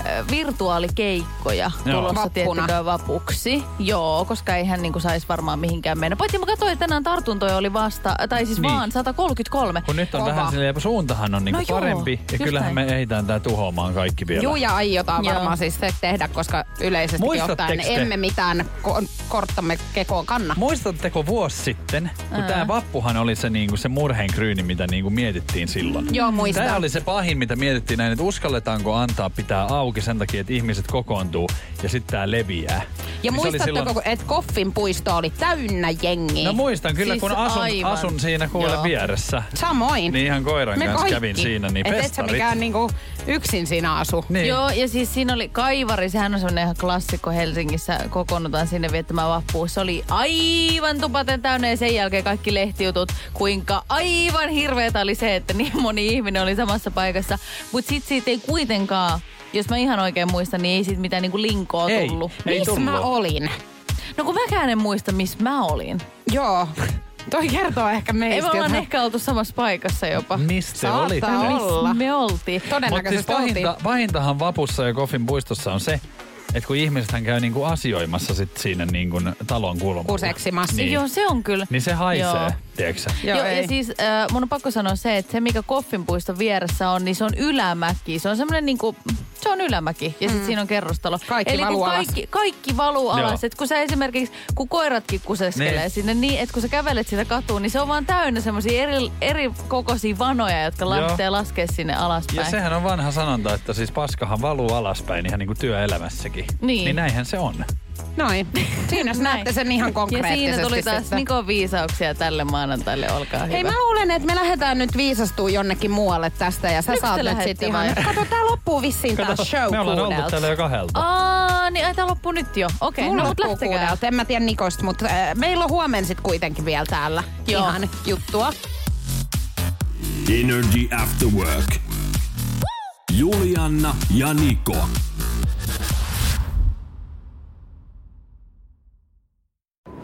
Speaker 5: ö, virtuaalikeikkoja
Speaker 3: Joo.
Speaker 5: tulossa,
Speaker 2: Vappuna.
Speaker 5: tiettäkö, vapuksi. Joo, koska eihän niinku saisi varmaan mihinkään mennä. Paitsi mä katsoin, että tänään tartuntoja oli vasta, tai siis
Speaker 3: Niin.
Speaker 5: niin. vaan 133.
Speaker 3: Kun nyt on
Speaker 2: Kova.
Speaker 3: vähän silleen, suuntahan on niinku
Speaker 5: No joo,
Speaker 3: parempi ja
Speaker 5: just
Speaker 3: kyllähän me
Speaker 5: näin.
Speaker 3: ehditään tää tuhoamaan kaikki vielä.
Speaker 2: Juu, ja aiotaan
Speaker 5: Joo.
Speaker 2: varmaan siis se tehdä, koska yleisesti
Speaker 3: Muistatteko
Speaker 2: ottaen
Speaker 3: te?
Speaker 2: emme mitään ko- korttamme kekoon kanna.
Speaker 3: Muistatteko vuosi sitten, kun tämä vappuhan oli se, niinku, se murheenkryyni, mitä niinku, mietittiin silloin?
Speaker 2: Joo, muistan.
Speaker 3: Tämä oli se pahin, mitä mietittiin näin, että uskalletaanko antaa pitää auki auki sen takia, että ihmiset kokoontuu ja sitten tää leviää. Niin
Speaker 2: Ja
Speaker 3: se oli silloin-
Speaker 2: muistatteko, kun- että Koffin puisto oli täynnä jengiä?
Speaker 3: No muistan kyllä,
Speaker 5: Siis
Speaker 3: kun asun,
Speaker 5: aivan.
Speaker 3: asun siinä kuule
Speaker 5: Joo.
Speaker 3: vieressä.
Speaker 2: Samoin.
Speaker 3: Niin ihan koiran
Speaker 2: Me
Speaker 3: kanssa
Speaker 2: kaikki.
Speaker 3: kävin siinä, niin
Speaker 2: Et et sä
Speaker 3: pestarit.
Speaker 2: mikään niinku yksin siinä asu.
Speaker 3: Niin.
Speaker 5: Joo, ja siis siinä oli Kaivari, sehän on semmoinen ihan klassikko Helsingissä, kokoonnutaan sinne viettämään vappua. Se oli aivan tupaten täynnä ja sen jälkeen kaikki lehtijutut, kuinka aivan hirveetä oli se, että niin moni ihminen oli samassa paikassa. Mutta sit siitä ei kuitenkaan, jos mä ihan oikein muistan, niin ei siitä mitään niinku linkoa
Speaker 3: Ei.
Speaker 5: tullut.
Speaker 3: Ei
Speaker 2: Missä mä
Speaker 3: tullut.
Speaker 2: olin?
Speaker 5: No kun mäkään en muista, missä mä olin.
Speaker 2: Joo. Toi kertoo ehkä
Speaker 5: Ei me
Speaker 2: meistä.
Speaker 5: ollaan
Speaker 2: jotain.
Speaker 5: ehkä oltu samassa paikassa jopa.
Speaker 3: Mistä te
Speaker 2: Saattaa
Speaker 3: olitte?
Speaker 2: olla.
Speaker 5: Missä me oltiin?
Speaker 3: Mutta siis
Speaker 2: Todennäköisesti oltiin.
Speaker 3: pahinta, pahintahan Vapussa ja Koffin puistossa on se, että kun ihmisethän käy niinku asioimassa sit siinä niinku talon kulmalla.
Speaker 2: Kuseksimassa.
Speaker 3: Niin.
Speaker 5: Joo, se on kyllä.
Speaker 3: Niin se
Speaker 5: Joo.
Speaker 3: haisee, tiedätkö
Speaker 5: Joo, Joo
Speaker 2: ei.
Speaker 5: ja siis äh, mun on pakko sanoa se, että se mikä Koffinpuiston vieressä on, niin se on ylämäki. Se on semmoinen niinku, se on ylämäki ja sit siinä on kerrostalo.
Speaker 2: Mm. Kaikki
Speaker 5: Eli
Speaker 2: valuu
Speaker 5: kun
Speaker 2: alas.
Speaker 5: kaikki, kaikki valuu alas.
Speaker 3: Joo.
Speaker 5: Et kun sä esimerkiksi, kun koiratkin kuseskelee
Speaker 3: Niin.
Speaker 5: sinne, niin että kun sä kävelet sitä katuun, niin se on vaan täynnä semmoisia eri, eri kokoisia vanoja, jotka
Speaker 3: Joo.
Speaker 5: lähtee laskee sinne
Speaker 3: Ja
Speaker 5: alaspäin.
Speaker 3: sehän on vanha sanonta, että siis paskahan valuu alaspäin ihan niin kuin työelämässäkin.
Speaker 5: Niin.
Speaker 3: niin näinhän se on.
Speaker 2: Noin. Siinä
Speaker 5: Näin.
Speaker 2: näette sen ihan
Speaker 5: ja
Speaker 2: konkreettisesti.
Speaker 5: siinä tuli taas
Speaker 2: sitten.
Speaker 5: Nikon viisauksia tälle maanantaille, olkaa hyvä.
Speaker 2: Hei mä luulen, että me lähdetään nyt viisastumaan jonnekin muualle tästä ja sä
Speaker 5: Miksi
Speaker 2: saat
Speaker 5: te
Speaker 2: nyt sit
Speaker 5: lähette
Speaker 2: ihan...
Speaker 5: vai?
Speaker 2: Kato, tää loppuu vissiin
Speaker 3: Kato,
Speaker 2: taas show
Speaker 3: me ollaan oltu
Speaker 2: kuudelta.
Speaker 3: täällä jo kahdelta.
Speaker 5: Aa, niin ai, tää loppuu nyt jo. Okei,
Speaker 2: Mulla
Speaker 5: no mut
Speaker 2: loppuu
Speaker 5: lähtekää.
Speaker 2: kuudelta. En mä tiedä Nikosta, mutta äh, meillä on huomenna sit kuitenkin vielä täällä
Speaker 5: Joo.
Speaker 2: ihan juttua.
Speaker 1: Energy After Work. Julianna ja Niko.